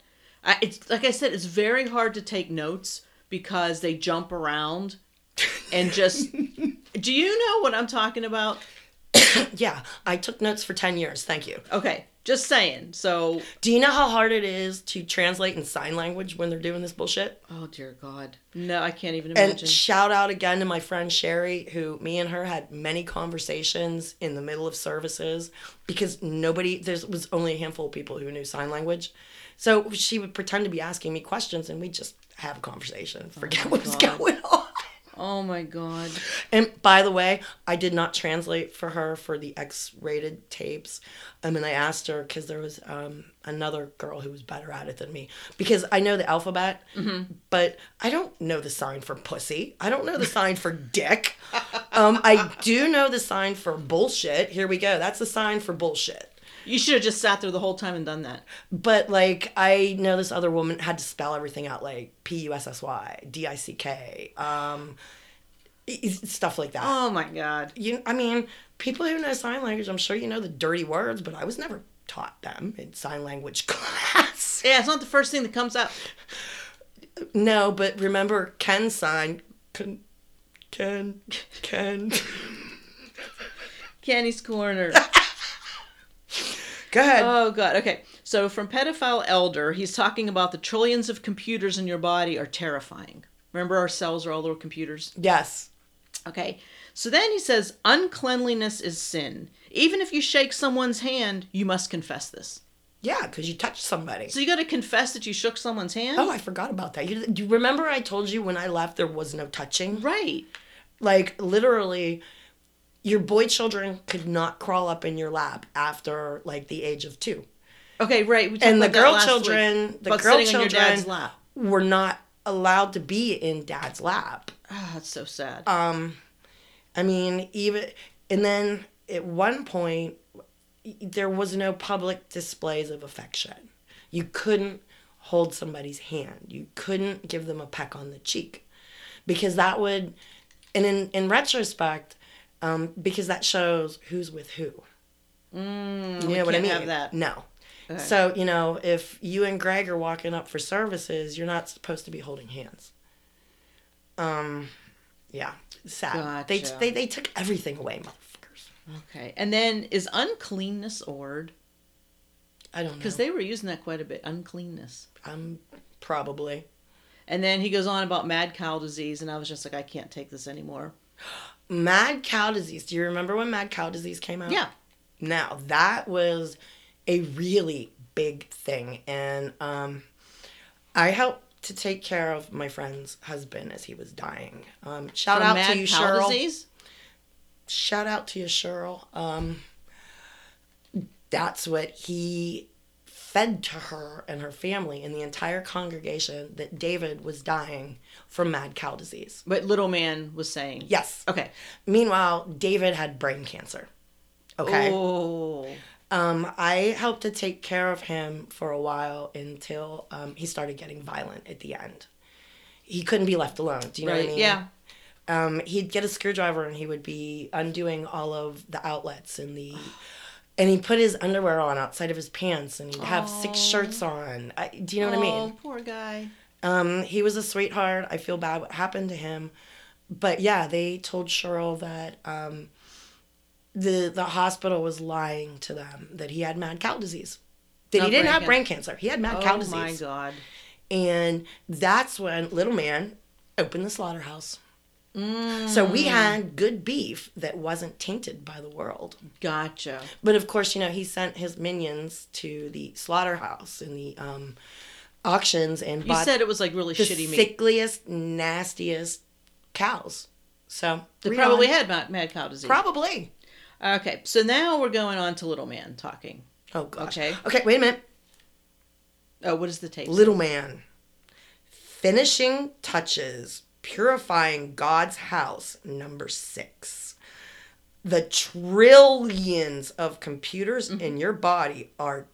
S1: I, it's like I said, it's very hard to take notes because they jump around and just. do you know what I'm talking about?
S2: Yeah, I took notes for 10 years. Thank you.
S1: Okay, just saying. So,
S2: Do you know how hard it is to translate in sign language when they're doing this bullshit?
S1: oh dear God, no, I can't even
S2: And
S1: imagine.
S2: shout out again to my friend Sherry, who me and her had many conversations in the middle of services because nobody, there was only a handful of people who knew sign language. So she would pretend to be asking me questions and we'd just have a conversation, forget what was
S1: God.
S2: going on.
S1: oh my God.
S2: And by the way, I did not translate for her for the X-rated tapes. I mean, I asked her because there was um, another girl who was better at it than me because I know the alphabet, but I don't know the sign for pussy. I don't know the sign for dick. Um, I do know the sign for bullshit. Here we go. That's the sign for bullshit.
S1: You should have just sat there the whole time and done that.
S2: But like, I know this other woman had to spell everything out like P U S S Y D I C K, um, i- i- stuff like that.
S1: Oh my God.
S2: you i mean people who know sign language i'm sure you know the dirty words but i was never taught them in sign language class
S1: Yeah, it's not the first thing that comes up.
S2: no but remember ken sign ken ken ken
S1: Candy's Corner.
S2: go ahead
S1: Oh god. Okay. So from pedophile elder, he's talking about the trillions of computers in your body are terrifying. Remember our cells are all little computers.
S2: yes
S1: Okay. So then he says uncleanliness is sin. Even if you shake someone's hand, you must confess this.
S2: yeah because you touched somebody
S1: So you got to confess that you shook someone's hand?
S2: oh i forgot about that you, you remember i told you when i left there was no touching
S1: right.
S2: like literally your boy children could not crawl up in your lap after like the age of two
S1: Okay, right. We talked
S2: and the
S1: about that
S2: girl
S1: last
S2: children,
S1: week,
S2: the
S1: about
S2: girl
S1: sitting
S2: children
S1: on your dad's lap.
S2: were not allowed to be in dad's lap.
S1: Oh, that's so sad.
S2: Uh, I mean, even and then at one point there was no public displays of affection. You couldn't hold somebody's hand. You couldn't give them a peck on the cheek because that would and in in retrospect um, because that shows who's with who. you know what I mean?
S1: Mm, can't
S2: Mm.
S1: have that.
S2: No. So, you know, if you and Greg are walking up for services, you're not supposed to be holding hands. Um, yeah, sad. They,
S1: Gotcha.
S2: they they took everything away, motherfuckers.
S1: okay. And then is uncleanness a word?
S2: I don't know.
S1: Because they were using that quite a bit. Uncleanness.
S2: I'm probably.
S1: And then he goes on about mad cow disease, and I was just like, I can't take this anymore.
S2: Mad cow disease. Do you remember when mad cow disease came out?
S1: Yeah.
S2: Now, that was a really big thing. And um, I helped to take care of my friend's husband as he was dying. Um, shout
S1: From
S2: out
S1: mad
S2: to you,
S1: cow
S2: Cheryl.
S1: disease?
S2: shout out to you, Cheryl. Um, that's what he fed to her and her family and the entire congregation that David was dying from mad cow disease.
S1: But little man was saying.
S2: Yes.
S1: Okay.
S2: Meanwhile, David had brain cancer. Okay.
S1: Oh.
S2: Um, I helped to take care of him for a while until um, he started getting violent at the end. He couldn't be left alone. Do you know
S1: Right.
S2: what I mean?
S1: Yeah.
S2: um, he'd get a screwdriver and he would be undoing all of the outlets and the and he put his underwear on outside of his pants and he'd have six shirts on I, do you know what i mean
S1: Oh, poor guy.
S2: um, he was a sweetheart i feel bad what happened to him but yeah they told cheryl that um, the the hospital was lying to them that he had mad cow disease that
S1: Not
S2: he didn't
S1: brain
S2: have
S1: can-
S2: brain cancer he had mad
S1: Oh
S2: cow disease
S1: my god.
S2: and that's when little man opened the slaughterhouse. So we
S1: Mm.
S2: had good beef that wasn't tainted by the world.
S1: Gotcha.
S2: But of course, you know, he sent his minions to the slaughterhouse and the um, auctions and
S1: You
S2: bought
S1: said it was like really
S2: the
S1: shitty meat.
S2: sickliest, nastiest cows. So
S1: They
S2: read
S1: probably
S2: on.
S1: had mad, mad cow disease.
S2: probably.
S1: okay. So now we're going on to little man talking.
S2: Oh gosh.
S1: Okay.
S2: Okay. Wait a minute.
S1: Oh, what is the tape?
S2: Little man. Finishing touches, purifying God's house, number six. The trillions of computers in your body are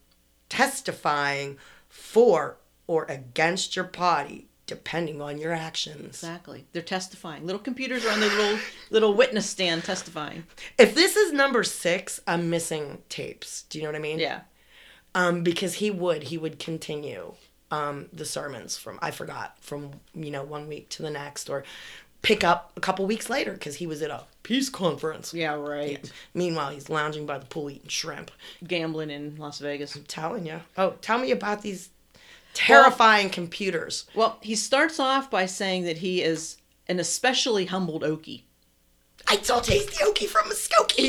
S2: testifying for or against your body, depending on your actions.
S1: Exactly. They're testifying. Little computers are on their little little witness stand testifying.
S2: If this is number six, I'm missing tapes. Do you know what I mean?
S1: Yeah.
S2: Um, because he would, he would continue um, the sermons from I forgot from you know one week to the next, or pick up a couple weeks later because he was at a peace conference.
S1: Yeah, right.
S2: Meanwhile, he's lounging by the pool eating shrimp.
S1: Gambling in Las Vegas.
S2: telling you. Oh, tell me about these terrifying computers.
S1: Well, he starts off by saying that he is an especially humbled Okie.
S2: I saw Tasty Okie from
S1: He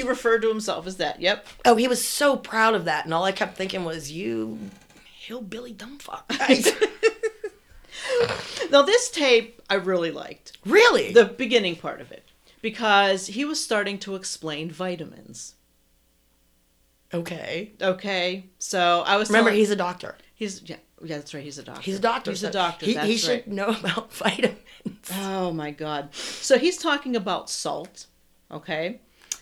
S2: Muskogee.
S1: referred to himself as that. Yep.
S2: Oh, he was so proud of that, and all I kept thinking was, "You hillbilly dumbfuck."
S1: Now, this tape I really liked
S2: really?
S1: the beginning part of it because he was starting to explain vitamins.
S2: okay.
S1: Okay, so I was
S2: Remember,
S1: telling-
S2: he's a doctor.
S1: he's yeah, yeah that's right. He's a doctor.
S2: He's a doctor.
S1: He's
S2: so
S1: a doctor.
S2: He,
S1: that's
S2: he should
S1: right.
S2: know about vitamins.
S1: Oh my god. So he's talking about salt, okay?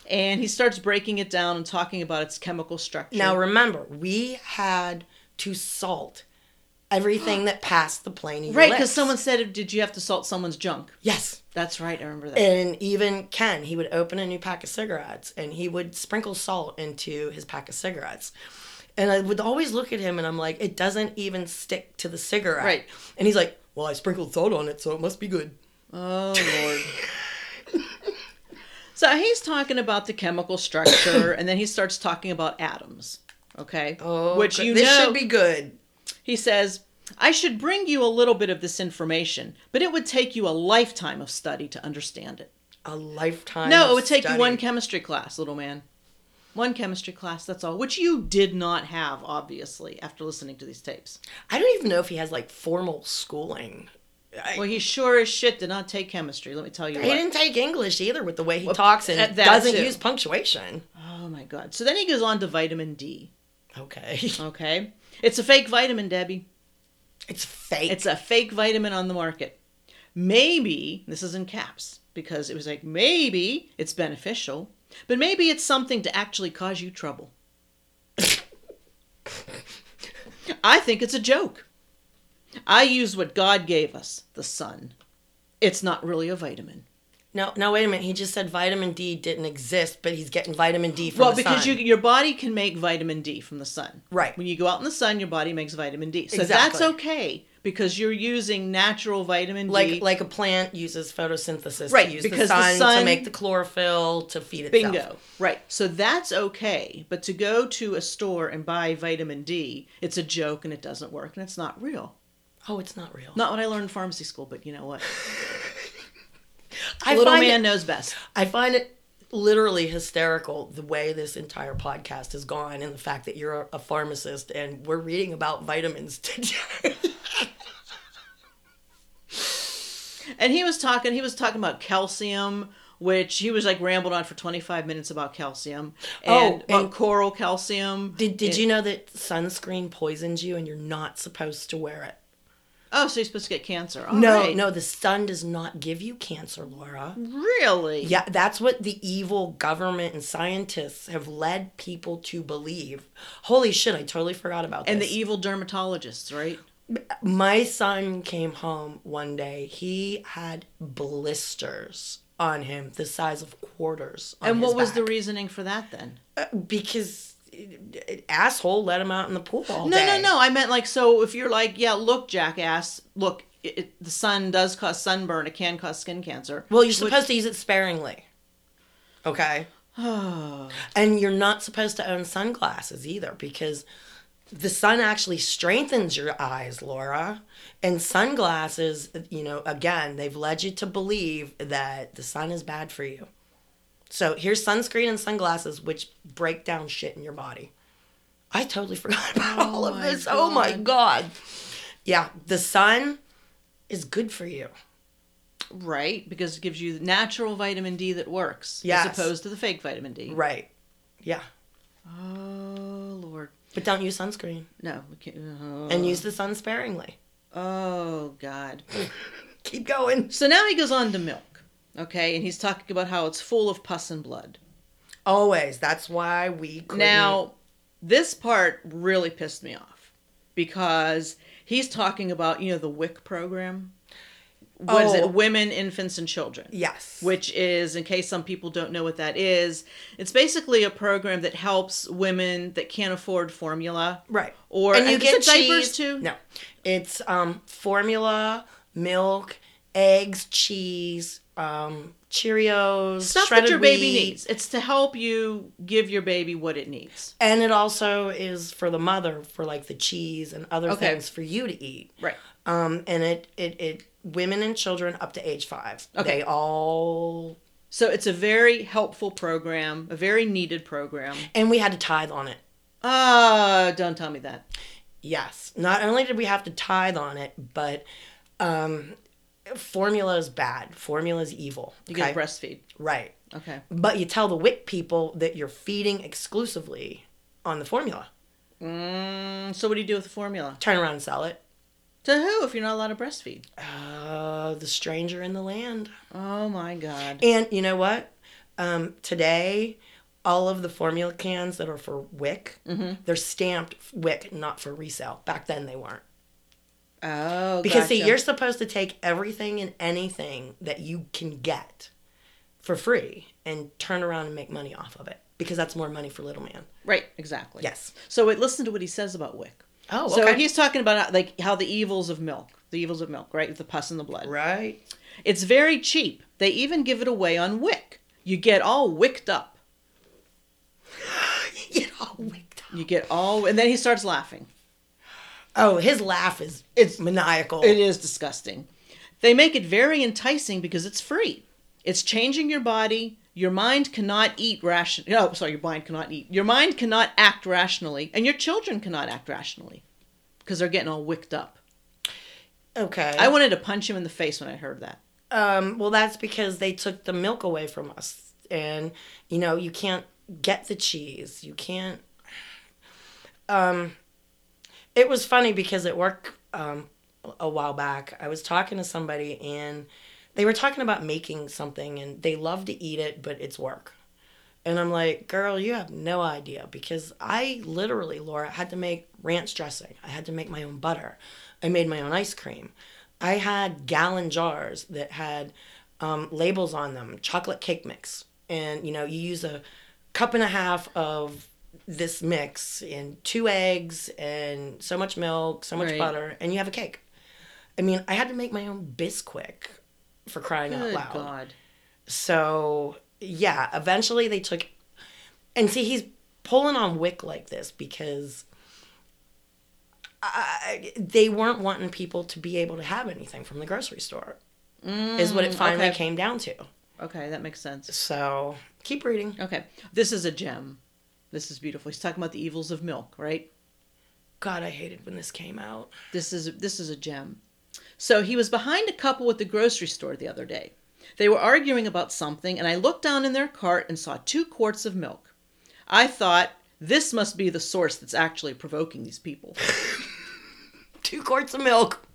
S1: And he starts breaking it down and talking about its chemical structure.
S2: Now remember, we had to salt everything that passed the plane. of your
S1: right, because
S2: lips.
S1: someone said, "Did you have to salt someone's junk?"
S2: Yes.
S1: That's right. I remember that.
S2: And even Ken, he would open a new pack of cigarettes and he would sprinkle salt into his pack of cigarettes. And I would always look at him and I'm like, it doesn't even stick to the cigarette.
S1: Right.
S2: And he's like, well, I sprinkled salt on it, so it must be good.
S1: Oh lord. so he's talking about the chemical structure, and then he starts talking about atoms. Okay. Which
S2: Oh, good.
S1: you
S2: this
S1: know,
S2: should be good.
S1: he says. I should bring you a little bit of this information, but it would take you a lifetime of study to understand it.
S2: A lifetime.
S1: No, it
S2: of
S1: would take you
S2: study.
S1: one chemistry class, little man. One chemistry class, that's all. Which you did not have, obviously, after listening to these tapes.
S2: I don't even know if he has like formal schooling. I,
S1: Well, he sure as shit did not take chemistry, let me tell you
S2: he
S1: what.
S2: didn't take English either with the way he talks
S1: that-
S2: and
S1: that
S2: doesn't
S1: too.
S2: use punctuation.
S1: Oh my god. So then he goes on to vitamin D.
S2: Okay.
S1: Okay. It's a fake vitamin, Debbie.
S2: It's fake.
S1: It's a fake vitamin on the market. Maybe, this is in caps, because it was like, maybe it's beneficial, but maybe it's something to actually cause you trouble. I think it's a joke. I use what God gave us, the sun. It's not really a vitamin.
S2: No, no, wait a minute. He just said vitamin D didn't exist, but he's getting vitamin D from
S1: well,
S2: the
S1: because
S2: sun.
S1: you, your body can make vitamin D from the sun.
S2: Right.
S1: When you go out in the sun, your body makes vitamin D. So that's
S2: Exactly.
S1: okay because you're using natural vitamin D.
S2: like like a plant uses photosynthesis
S1: Right,
S2: to use
S1: because the
S2: the, sun
S1: sun-
S2: to make the chlorophyll to feed itself.
S1: Bingo. Right. So that's okay. But to go to a store and buy vitamin D, it's a joke and it doesn't work and it's not real.
S2: Oh, it's not real.
S1: Not what I learned in pharmacy school, but you know what?
S2: I
S1: Little
S2: find
S1: man
S2: it,
S1: knows best.
S2: I find it literally hysterical the way this entire podcast has gone and the fact that you're a, a pharmacist and we're reading about vitamins today.
S1: And he was talking he was talking about calcium, which he was like rambled on for 25 minutes about calcium
S2: Oh,
S1: and, about
S2: and-
S1: coral calcium.
S2: did did
S1: And-
S2: you know that sunscreen poisons you and you're not supposed to wear it?
S1: Oh, so you're supposed to get cancer. All
S2: no,
S1: Oh, right. Mm-hmm.
S2: no, the sun does not give you cancer, Laura.
S1: Really?
S2: Yeah, that's what the evil government and scientists have led people to believe. Holy shit, I totally forgot about
S1: And
S2: this.
S1: the e-, evil dermatologists, right?
S2: My son came home one day. He had blisters on him the size of quarters. On
S1: And
S2: his
S1: what was the
S2: back.
S1: reasoning for that then?
S2: because it- it- asshole let him out in the pool all
S1: No,
S2: day.
S1: no, no. I meant like so. If you're like, yeah, look, jackass, look, it, it- the sun does cause sunburn. It can cause skin cancer.
S2: Well, you're supposed to use it sparingly. Okay. And you're not supposed to own sunglasses either because the sun actually strengthens your eyes, Laura. And sunglasses, you know, again, they've led you to believe that the sun is bad for you. So here's sunscreen and sunglasses, which break down shit in your body. I totally forgot about all of
S1: my
S2: this. Oh my God. Yeah, the sun is good for you.
S1: right because it gives you natural vitamin D that works,
S2: Yes.
S1: as opposed to the fake vitamin D.
S2: Right. Yeah.
S1: Oh Lord,
S2: But don't use sunscreen.
S1: no, we can't. Oh,
S2: and use the sun sparingly.
S1: oh God.
S2: Keep going.
S1: So now he goes on to milk, okay, and he's talking about how it's full of pus and blood.
S2: Always. That's why we couldn't-
S1: Now, this part really pissed me off because he's talking about you know the WIC program. what is
S2: Oh.
S1: it? Women, infants, and children.
S2: Yes.
S1: Which is, in case some people don't know what that is, it's basically a program that helps women that can't afford formula.
S2: Right.
S1: Or
S2: and you get
S1: is it diapers
S2: cheese-
S1: too.
S2: No, it's um, formula, milk, eggs, cheese, um, Cheerios,
S1: Stuff that
S2: shredded
S1: your baby
S2: wheat,
S1: needs. It's to help you give your baby what it needs.
S2: and it also is for the mother for like the cheese and other
S1: Okay.
S2: things for you to eat.
S1: Right.
S2: Um, and it it it women and children up to age five.
S1: Okay.
S2: They all
S1: So it's a very helpful program, a very needed program.
S2: and we had to tithe on it.
S1: Ah, don't tell me that.
S2: Yes. Not only did we have to tithe on it, but um, formula is bad. Formula is evil.
S1: You
S2: okay?
S1: get breastfeed.
S2: right.
S1: Okay.
S2: But you tell the WIC people that you're feeding exclusively on the formula.
S1: Mm, so what do you do with the formula?
S2: Turn around and sell it.
S1: To who if you're not allowed to breastfeed?
S2: Uh, the stranger in the land.
S1: Oh my God.
S2: And you know what? Um, today, all of the formula cans that are for WIC,
S1: Mm-hmm.
S2: they're stamped WIC, not for resale. Back then they weren't.
S1: Oh,
S2: Because see,
S1: gotcha.
S2: you're supposed to take everything and anything that you can get for free and turn around and make money off of it because that's more money for little man.
S1: right. Exactly.
S2: Yes.
S1: So wait, listen to what he says about Wick.
S2: Oh,
S1: so he's talking about uh, like how the evils of milk, the evils of milk, right? The pus in the blood.
S2: right.
S1: It's very cheap. They even give it away on Wick. You get all wicked up.
S2: Get all wicked up.
S1: You get all, and then he starts laughing.
S2: Oh, his laugh is it's maniacal.
S1: It is disgusting. They make it very enticing because it's free. It's changing your body. Your mind cannot eat ration. No, sorry, your mind cannot eat. Your mind cannot act rationally, and your children cannot act rationally because they're getting all wicked up.
S2: okay.
S1: I wanted to punch him in the face when I heard that.
S2: um, well, that's because they took the milk away from us, and you know you can't get the cheese. You can't. Um, it was funny because at work um, a while back, I was talking to somebody and they were talking about making something, and they love to eat it, but it's work. And I'm like, girl, you have no idea because I literally, Laura, had to make ranch dressing. I had to make my own butter. I made my own ice cream. I had gallon jars that had um, labels on them, chocolate cake mix. And, you know, you use a cup and a half of this mix and two eggs and so much milk, so much
S1: Right.
S2: butter, and you have a cake. I mean, I had to make my own Bisquick for crying out
S1: Good
S2: loud.
S1: God.
S2: So yeah, eventually they took, and see he's pulling on Wick like this because I, they weren't wanting people to be able to have anything from the grocery store. is what it finally
S1: okay.
S2: came down to.
S1: Okay, that makes sense.
S2: So keep reading.
S1: Okay, this is a gem. This is beautiful. He's talking about the evils of milk, right?
S2: God, I hated when this came out.
S1: This is this is a gem. So he was behind a couple at the grocery store the other day. They were arguing about something, and I looked down in their cart and saw two quarts of milk. I thought this must be the source that's actually provoking these people.
S2: Two quarts of milk.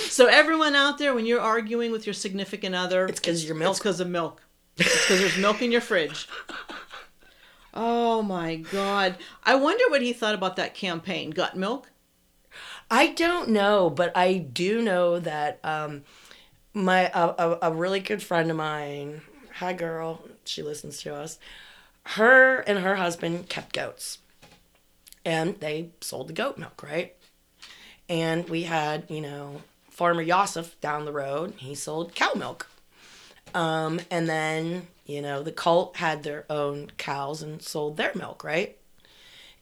S1: so everyone out there, when you're arguing with your significant other,
S2: It's because your milk.
S1: It's because of milk. It's because there's milk in your fridge. Oh my God. I wonder what he thought about that campaign. Gut milk?
S2: I don't know, but I do know that um, my a, a, a really good friend of mine, hi girl, she listens to us. Her and her husband kept goats, and they sold the goat milk, right? And we had you know farmer Yosef down the road. He sold cow milk, um, and then you know the cult had their own cows and sold their milk, right?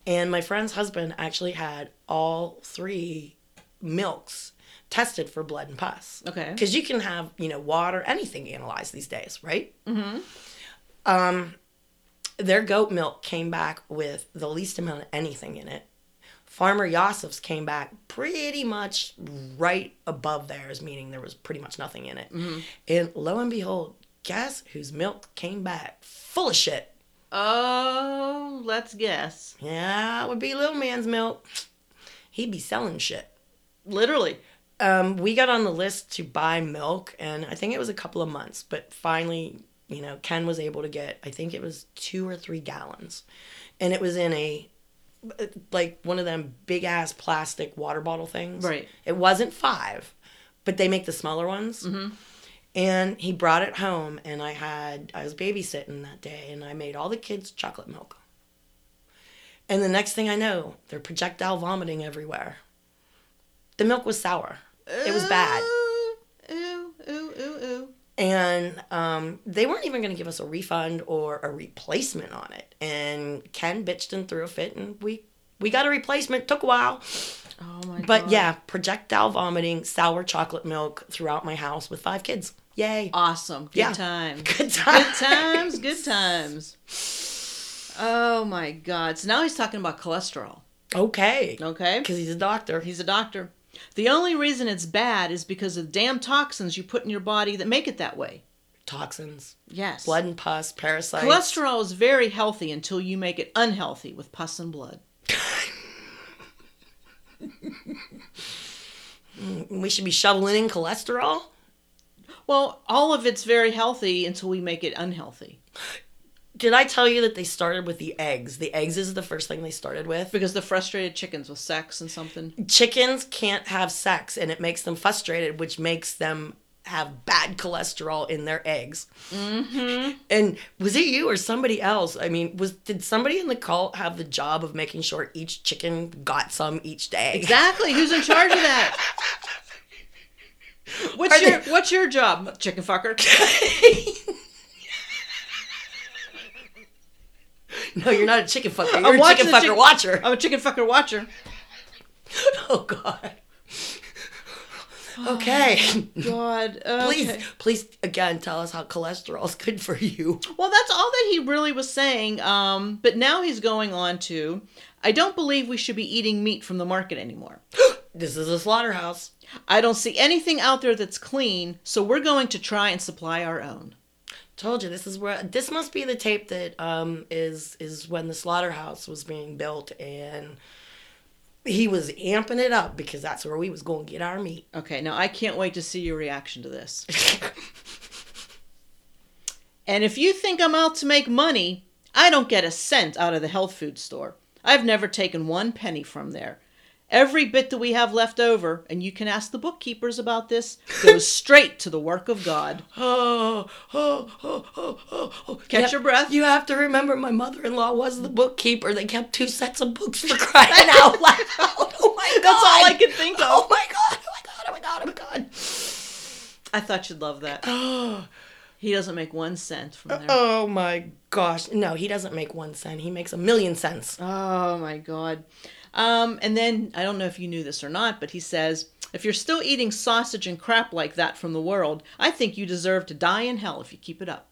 S2: And my friend's husband actually had all three milks tested for blood and pus.
S1: Okay.
S2: Because you can have, you know, water, anything analyzed these days, right? Mm-hmm. Um, their goat milk came back with the least amount of anything in it. Farmer Yosef's came back pretty much right above theirs, meaning there was pretty much nothing in it. And lo and behold, guess whose milk came back full of shit?
S1: Oh, let's guess.
S2: Yeah, it would be little man's milk. He'd be selling shit.
S1: Literally.
S2: Um, we got on the list to buy milk, and I think it was a couple of months, but finally, you know, Ken was able to get, I think it was two or three gallons. And it was in a, uh, like, one of them big ass plastic water bottle things.
S1: Right.
S2: It wasn't five, but but they make the smaller ones. And he brought it home, and I had I was babysitting that day, and I made all the kids chocolate milk. And the next thing I know, they're projectile vomiting everywhere. The milk was sour. It was bad.
S1: Ooh, ooh, ooh, ooh, ooh.
S2: And um, they weren't even going to give us a refund or a replacement on it. And Ken bitched and threw a fit, and we we got a replacement. Took a while,
S1: Oh my god.
S2: but yeah, projectile vomiting, sour chocolate milk throughout my house with five kids. Yay!
S1: Awesome. Good
S2: Yeah.
S1: time.
S2: Good time.
S1: Good times. Good times. Oh my god. So now he's talking about cholesterol.
S2: Okay.
S1: Okay.
S2: Because he's a doctor.
S1: He's a doctor. The only reason it's bad is because of damn toxins you put in your body that make it that way.
S2: Toxins,
S1: Yes.
S2: blood and pus, parasites.
S1: Cholesterol is very healthy until you make it unhealthy with pus and blood.
S2: We should be shoveling in cholesterol.
S1: Well, all of it's very healthy until we make it unhealthy.
S2: Did I tell you that they started with the eggs? The eggs is the first thing they started with.
S1: Because the frustrated chickens with sex and something.
S2: Chickens can't have sex and it makes them frustrated, which makes them have bad cholesterol in their eggs. Mm-hmm. And was it you or somebody else? I mean, was did somebody in the cult have the job of making sure each chicken got some each day?
S1: Exactly. Who's in charge of that? What's
S2: Are
S1: your what's your job, chicken fucker?
S2: No, you're not a chicken fucker. You're
S1: I'm
S2: a chicken
S1: watching the
S2: fucker
S1: chick-
S2: watcher.
S1: I'm a chicken fucker watcher.
S2: Oh God. Okay.
S1: God, okay.
S2: Please, please again tell us how cholesterol's good for you.
S1: Well, that's all that he really was saying. Um, but now he's going on to, I don't believe we should be eating meat from the market anymore.
S2: This is a slaughterhouse.
S1: I don't see anything out there that's clean, so we're going to try and supply our own.
S2: Told you this is where this must be the tape that um is is when the slaughterhouse was being built and he was amping it up because that's where we was going to get our meat.
S1: Okay, now I can't wait to see your reaction to this. And if you think I'm out to make money, I don't get a cent out of the health food store. I've never taken one penny from there. Every bit that we have left over, and you can ask the bookkeepers about this, goes straight to the work of God.
S2: oh, oh, oh, oh, oh, oh.
S1: Catch
S2: Yeah,
S1: your breath.
S2: You have to remember my mother-in-law was the bookkeeper. They kept two sets of books for crying out loud. Oh my god.
S1: That's all I could think of.
S2: Oh my god. Oh my god. Oh my god. Oh my god.
S1: I thought you'd love that. he doesn't make one cent from there.
S2: Oh my gosh. No, he doesn't make one cent. He makes a million cents.
S1: Oh my God. Um, and then I don't know if you knew this or not, but he says, if you're still eating sausage and crap like that from the world, I think you deserve to die in hell if you keep it up.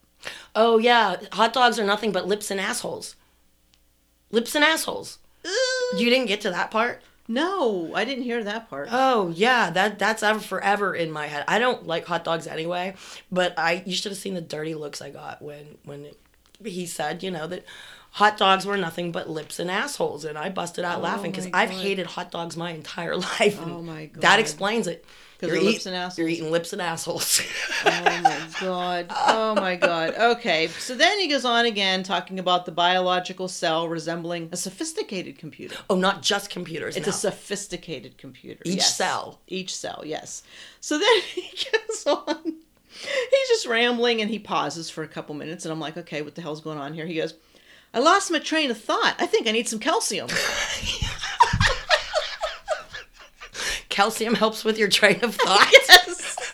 S2: Oh yeah, hot dogs are nothing but lips and assholes. Lips and assholes. You didn't get to that part?
S1: No, I didn't hear that part.
S2: Oh yeah, that that's ever forever in my head. I don't like hot dogs anyway, but I you should have seen the dirty looks I got when when he said, you know, that hot dogs were nothing but lips and assholes and I busted out laughing cuz
S1: my
S2: I've
S1: God.
S2: hated hot dogs my entire life. and
S1: Oh, my God.
S2: That explains it.
S1: 'Cause
S2: You're
S1: of lips
S2: eat-
S1: and assholes.
S2: You're eating lips and assholes.
S1: oh my god. Oh my god. Okay. So then he goes on again talking about the biological cell resembling a sophisticated computer.
S2: oh, not just computers.
S1: It's
S2: no.
S1: a sophisticated computer.
S2: Each
S1: yes.
S2: cell.
S1: Each cell, yes. So then he goes on. He's just rambling and he pauses for a couple minutes and I'm like, okay, what the hell's going on here? He goes, I lost my train of thought. I think I need some calcium.
S2: Calcium helps with your train of thought.
S1: yes.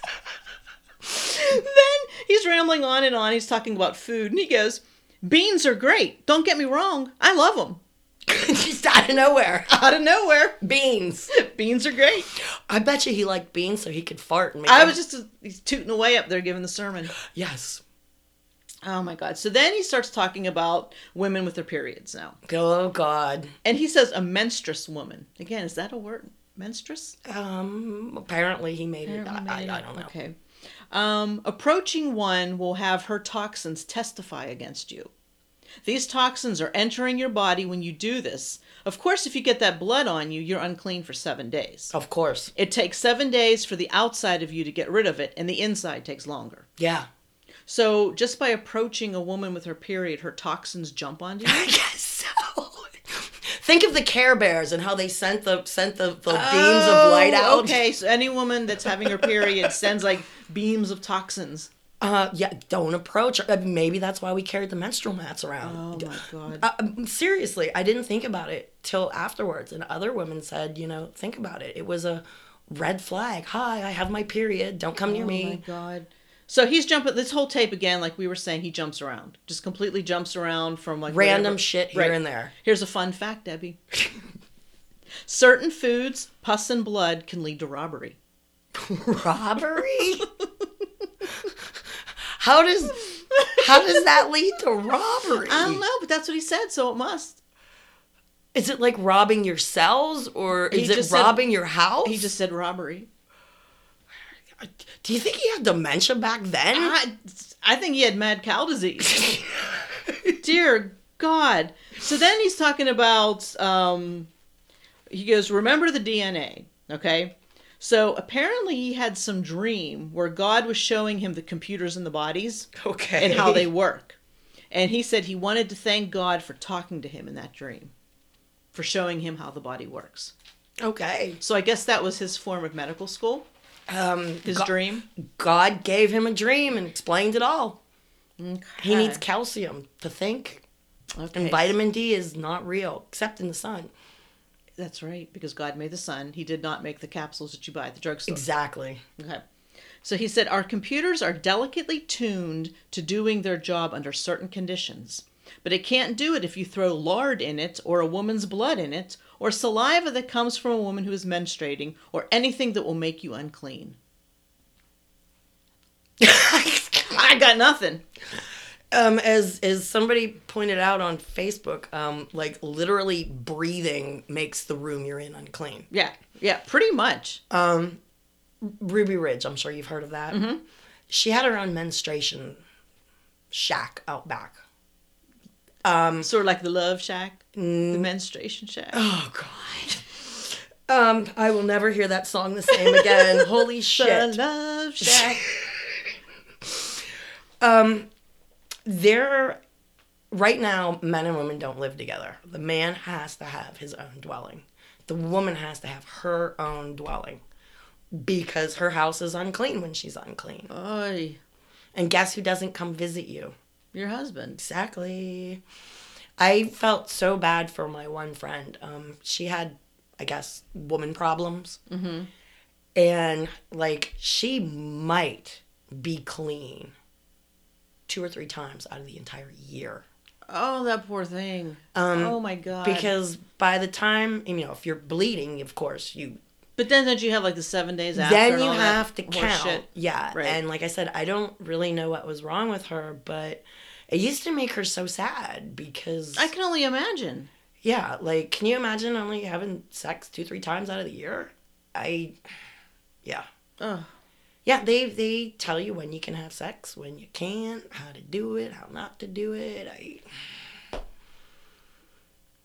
S1: then he's rambling on and on. He's talking about food, and he goes, "Beans are great. Don't get me wrong. I love them."
S2: just out of nowhere.
S1: Out of nowhere,
S2: Beans.
S1: beans are great.
S2: I bet you he liked beans so he could fart and make.
S1: I
S2: them-
S1: was just he's tooting away up there giving the sermon.
S2: yes.
S1: Oh my god! So then he starts talking about women with their periods now,
S2: Oh God.
S1: and he says a menstruous woman. Again, is that a word? Menstruous?
S2: Um. Apparently he made it. I, I, I don't know.
S1: Okay. Um, approaching one will have her toxins testify against you. These toxins are entering your body when you do this. Of course, if you get that blood on you, you're unclean for seven days.
S2: Of course.
S1: It takes seven days for the outside of you to get rid of it, and the inside takes longer.
S2: Yeah.
S1: So, just by approaching a woman with her period, her toxins jump onto you?
S2: I guess so. Think of the Care Bears and how they sent the sent the, the beams
S1: Oh,
S2: of light out.
S1: Okay, so any woman that's having her period sends like beams of toxins.
S2: Uh, yeah, don't approach. her. Uh, Maybe that's why we carried the menstrual mats
S1: Oh
S2: around.
S1: my god.
S2: Uh, seriously, I didn't think about it till afterwards, and other women said, you know, think about it. It was a red flag. Hi, I have my period. Don't come near
S1: Oh my
S2: me.
S1: god. So he's jumping this whole tape again, like we were saying, he jumps around. Just completely jumps around from like
S2: Random
S1: whatever-
S2: shit here and there.
S1: Here's a fun fact, Debbie. Certain foods, pus and blood can lead to robbery.
S2: Robbery? how does how does that lead to robbery?
S1: I don't know, but that's what he said, so it must.
S2: Is it like robbing your cells or
S1: He
S2: is
S1: just
S2: it
S1: said-
S2: robbing your house?
S1: He just said robbery.
S2: Do you think he had dementia back then?
S1: I, I think he had mad cow disease. Dear God. So then he's talking about, um, he goes, remember the DNA, okay? So apparently he had some dream where God was showing him the computers and the bodies
S2: okay.
S1: and how they work. And he said he wanted to thank God for talking to him in that dream, for showing him how the body works.
S2: Okay.
S1: So I guess that was his form of medical school,
S2: Um
S1: his
S2: Go-
S1: dream.
S2: God gave him a dream and explained it all. He needs calcium to think.
S1: Okay.
S2: And vitamin D is not real except in the sun.
S1: That's right, because God made the sun. He did not make the capsules that you buy at the drugstore.
S2: Exactly.
S1: Okay. So he said, Our computers are delicately tuned to doing their job under certain conditions, but it can't do it if you throw lard in it, or a woman's blood in it, or saliva that comes from a woman who is menstruating, or anything that will make you unclean. I got nothing.
S2: um as as somebody pointed out on Facebook, um like literally breathing makes the room you're in unclean.
S1: Yeah, yeah, pretty much.
S2: Ruby Ridge, I'm sure you've heard of that. She had her own menstruation shack out back.
S1: sort of like the love shack, the menstruation shack.
S2: Um, mm. Oh God. Um, I will never hear that song the same again. Holy
S1: the
S2: shit.
S1: love shack.
S2: There right now men and women don't live together. The man has to have his own dwelling. The woman has to have her own dwelling because her house is unclean when she's unclean.
S1: Oy,
S2: And guess who doesn't come visit you?
S1: your husband.
S2: Exactly. I felt so bad for my one friend. Um, she had, I guess, woman problems. Mm-hmm. And like, she might be clean two or three times out of the entire year.
S1: Oh, that poor thing. oh my god.
S2: Um, Because by the time, you know, if you're bleeding, of course, you
S1: But then don't you have like the seven days after?
S2: then
S1: and
S2: you
S1: all that
S2: have to
S1: horse
S2: count.
S1: shit?
S2: Yeah.
S1: Right.
S2: And like I said, I don't really know what was wrong with her, but it used to make her so sad because
S1: I can only imagine.
S2: Yeah, like, can you imagine only having sex two, three times out of the year? I, yeah,
S1: Oh,
S2: yeah. They they tell you when you can have sex, when you can't, how to do it, how not to do it. I,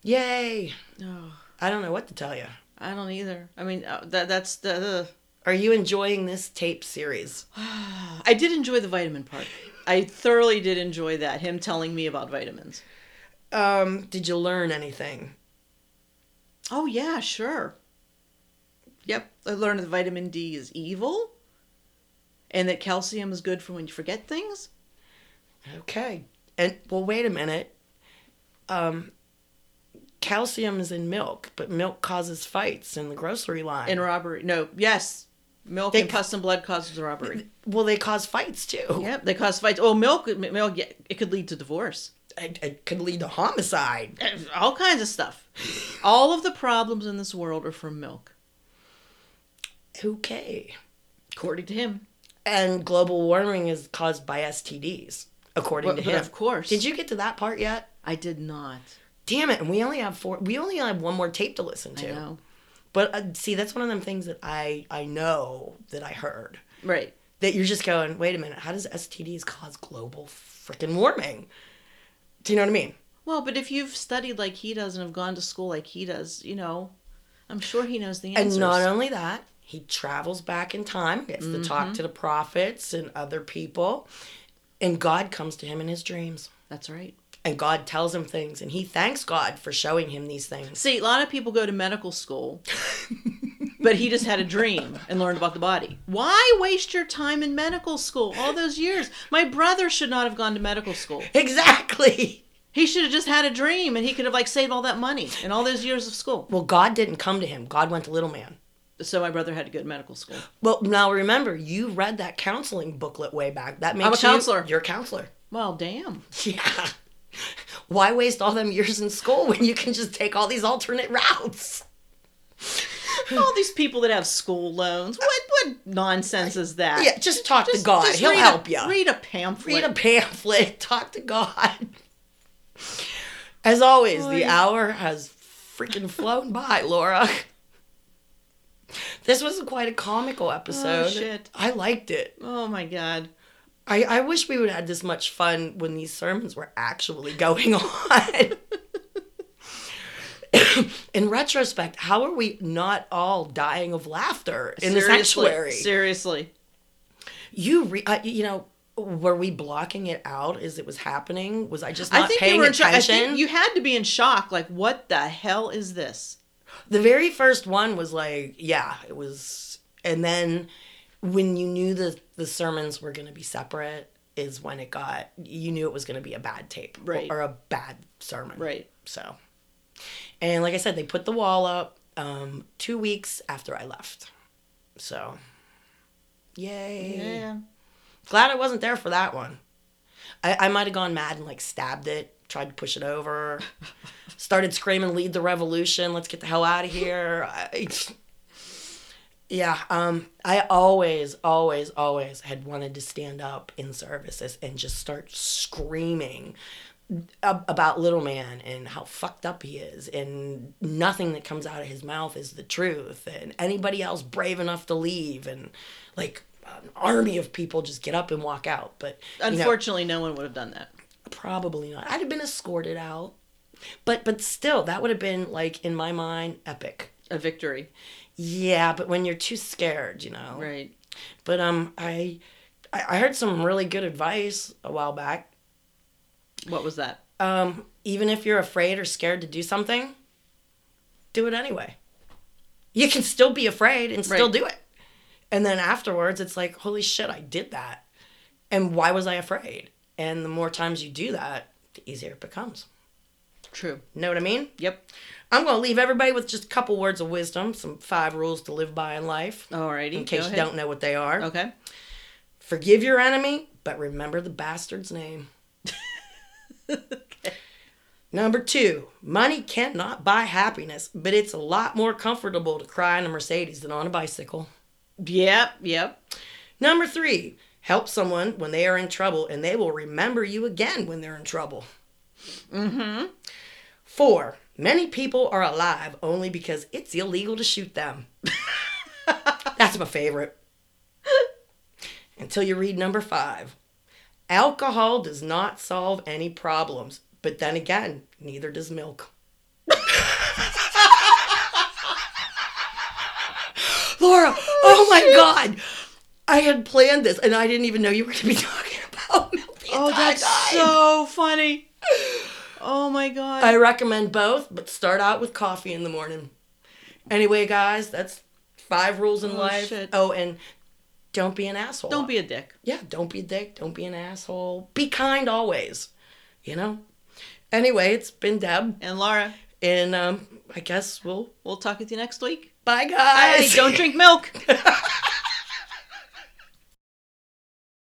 S2: yay!
S1: oh
S2: I don't know what to tell you.
S1: I don't either. I mean, uh, that that's the.
S2: Are you enjoying this tape series?
S1: Uh, I did enjoy the vitamin part. I thoroughly did enjoy that. Him telling me about vitamins.
S2: Um, did you learn anything?
S1: Oh yeah, sure. Yep, I learned that vitamin D is evil, and that calcium is good for when you forget things.
S2: Okay. And well, wait a minute. Um, calcium is in milk, but milk causes fights in the grocery line.
S1: And robbery. No, yes, milk
S2: They
S1: and
S2: ca-
S1: pus and blood causes robbery.
S2: Well, they cause fights too.
S1: Yep, they cause fights. Oh, milk, m- milk. yeah, It could lead to divorce.
S2: It, it could lead to homicide.
S1: All kinds of stuff. All of the problems in this world are from milk,
S2: Okay.
S1: according to him.
S2: And global warming is caused by STDs, according
S1: But,
S2: to
S1: but
S2: him.
S1: of course,
S2: Did you get to that part yet?
S1: I did not.
S2: Damn it! And we only have four. We only have one more tape to listen
S1: I
S2: to.
S1: know.
S2: But uh, see, that's one of them things that I I know that I heard
S1: Right.
S2: that you're just going. Wait a minute. How does STDs cause global freaking warming? Do you know what I mean?
S1: Well, but if you've studied like he does and have gone to school like he does, you know, I'm sure he knows the answers.
S2: And not only that, he travels back in time, gets to
S1: Mm-hmm.
S2: talk to the prophets and other people, and God comes to him in his dreams.
S1: That's right.
S2: and God tells him things and he thanks God for showing him these things.
S1: See, a lot of people go to medical school, but he just had a dream and learned about the body. Why waste your time in medical school all those years? My brother should not have gone to medical school.
S2: Exactly.
S1: He should have just had a dream and he could have like saved all that money and all those years of school.
S2: Well, God didn't come to him. God went to little man.
S1: So my brother had to go to medical school.
S2: Well, now remember, you read that counseling booklet way back. That makes
S1: a
S2: you-
S1: counselor.
S2: You're a counselor.
S1: Well, damn.
S2: Yeah. Why waste all them years in school when you can just take all these alternate routes?
S1: All these people that have school loans. What what nonsense is that?
S2: Yeah, just talk to
S1: Just-
S2: God.
S1: just
S2: He'll
S1: read a-
S2: help you.
S1: Read a pamphlet.
S2: read a pamphlet, talk to God. As always, the
S1: Oy.
S2: hour has freaking flown by, Laura. This was quite a comical episode.
S1: Oh, shit.
S2: I liked it.
S1: oh my god.
S2: I, I wish we would have had this much fun when these sermons were actually going on. In retrospect, how are we not all dying of laughter in the
S1: Seriously.
S2: sanctuary?
S1: Seriously.
S2: You re- I, you know, were we blocking it out as it was happening? Was I just
S1: I
S2: not
S1: think
S2: paying
S1: you were in shock. I
S2: attention?
S1: think you had to be in shock. Like, what the hell is this?
S2: the very first one was like, yeah, it was, and then when you knew the the sermons were going to be separate is when it got you knew it was going to be a bad tape
S1: Right.
S2: or a bad sermon
S1: Right.
S2: so and like i said they put the wall up um two weeks after i left so yay
S1: Yeah.
S2: Glad I wasn't there for that one. I, I might have gone mad and like stabbed it, tried to push it over, started screaming, "Lead the revolution! Let's get the hell out of here!" I, yeah, um, I always, always, always had wanted to stand up in services and just start screaming ab- about little man and how fucked up he is and nothing that comes out of his mouth is the truth and anybody else brave enough to leave and like an army of people just get up and walk out but you know,
S1: Unfortunately, no one would have done that.
S2: probably not i'd have been escorted out but but still that would have been like in my mind epic
S1: A victory.
S2: yeah but when you're too scared you know
S1: Right.
S2: but um i i I heard some really good advice a while back
S1: What was that?
S2: um, even if you're afraid or scared to do something, do it anyway. You can still be afraid and still
S1: Right.
S2: do it. And then afterwards, it's like, holy shit, I did that. And why was I afraid? And the more times you do that, the easier it becomes.
S1: True.
S2: Know what I mean?
S1: Yep.
S2: I'm going to leave everybody with just a couple words of wisdom, some five rules to live by in life,
S1: Alrighty.
S2: in case
S1: Oh, Go
S2: you
S1: ahead.
S2: don't know what they are.
S1: Okay.
S2: Forgive your enemy, but remember the bastard's name. Number two, money cannot buy happiness, but it's a lot more comfortable to cry in a Mercedes than on a bicycle.
S1: Yep. Yep.
S2: Number three, help someone when they are in trouble and they will remember you again when they're in trouble.
S1: Mm-hmm.
S2: Four, many people are alive only because it's illegal to shoot them. That's my favorite. Until you read number five. Alcohol does not solve any problems, but then again, neither does milk. Laura, oh, my God. I had planned this and I didn't even know you were going to be talking about milk. the
S1: Oh,
S2: entire
S1: that's
S2: time.
S1: so funny. Oh my god.
S2: I recommend both, but start out with coffee in the morning. Anyway, guys, that's five rules in
S1: Oh,
S2: life.
S1: shit.
S2: Oh, and don't be an asshole.
S1: don't be a dick.
S2: Yeah, don't be a dick. Don't be an asshole. Be kind always. You know. Anyway, it's been Deb,
S1: And Laura,
S2: and um, I guess we'll
S1: we'll talk with you next week.
S2: bye, guys.
S1: Hey, don't drink milk.
S2: don't.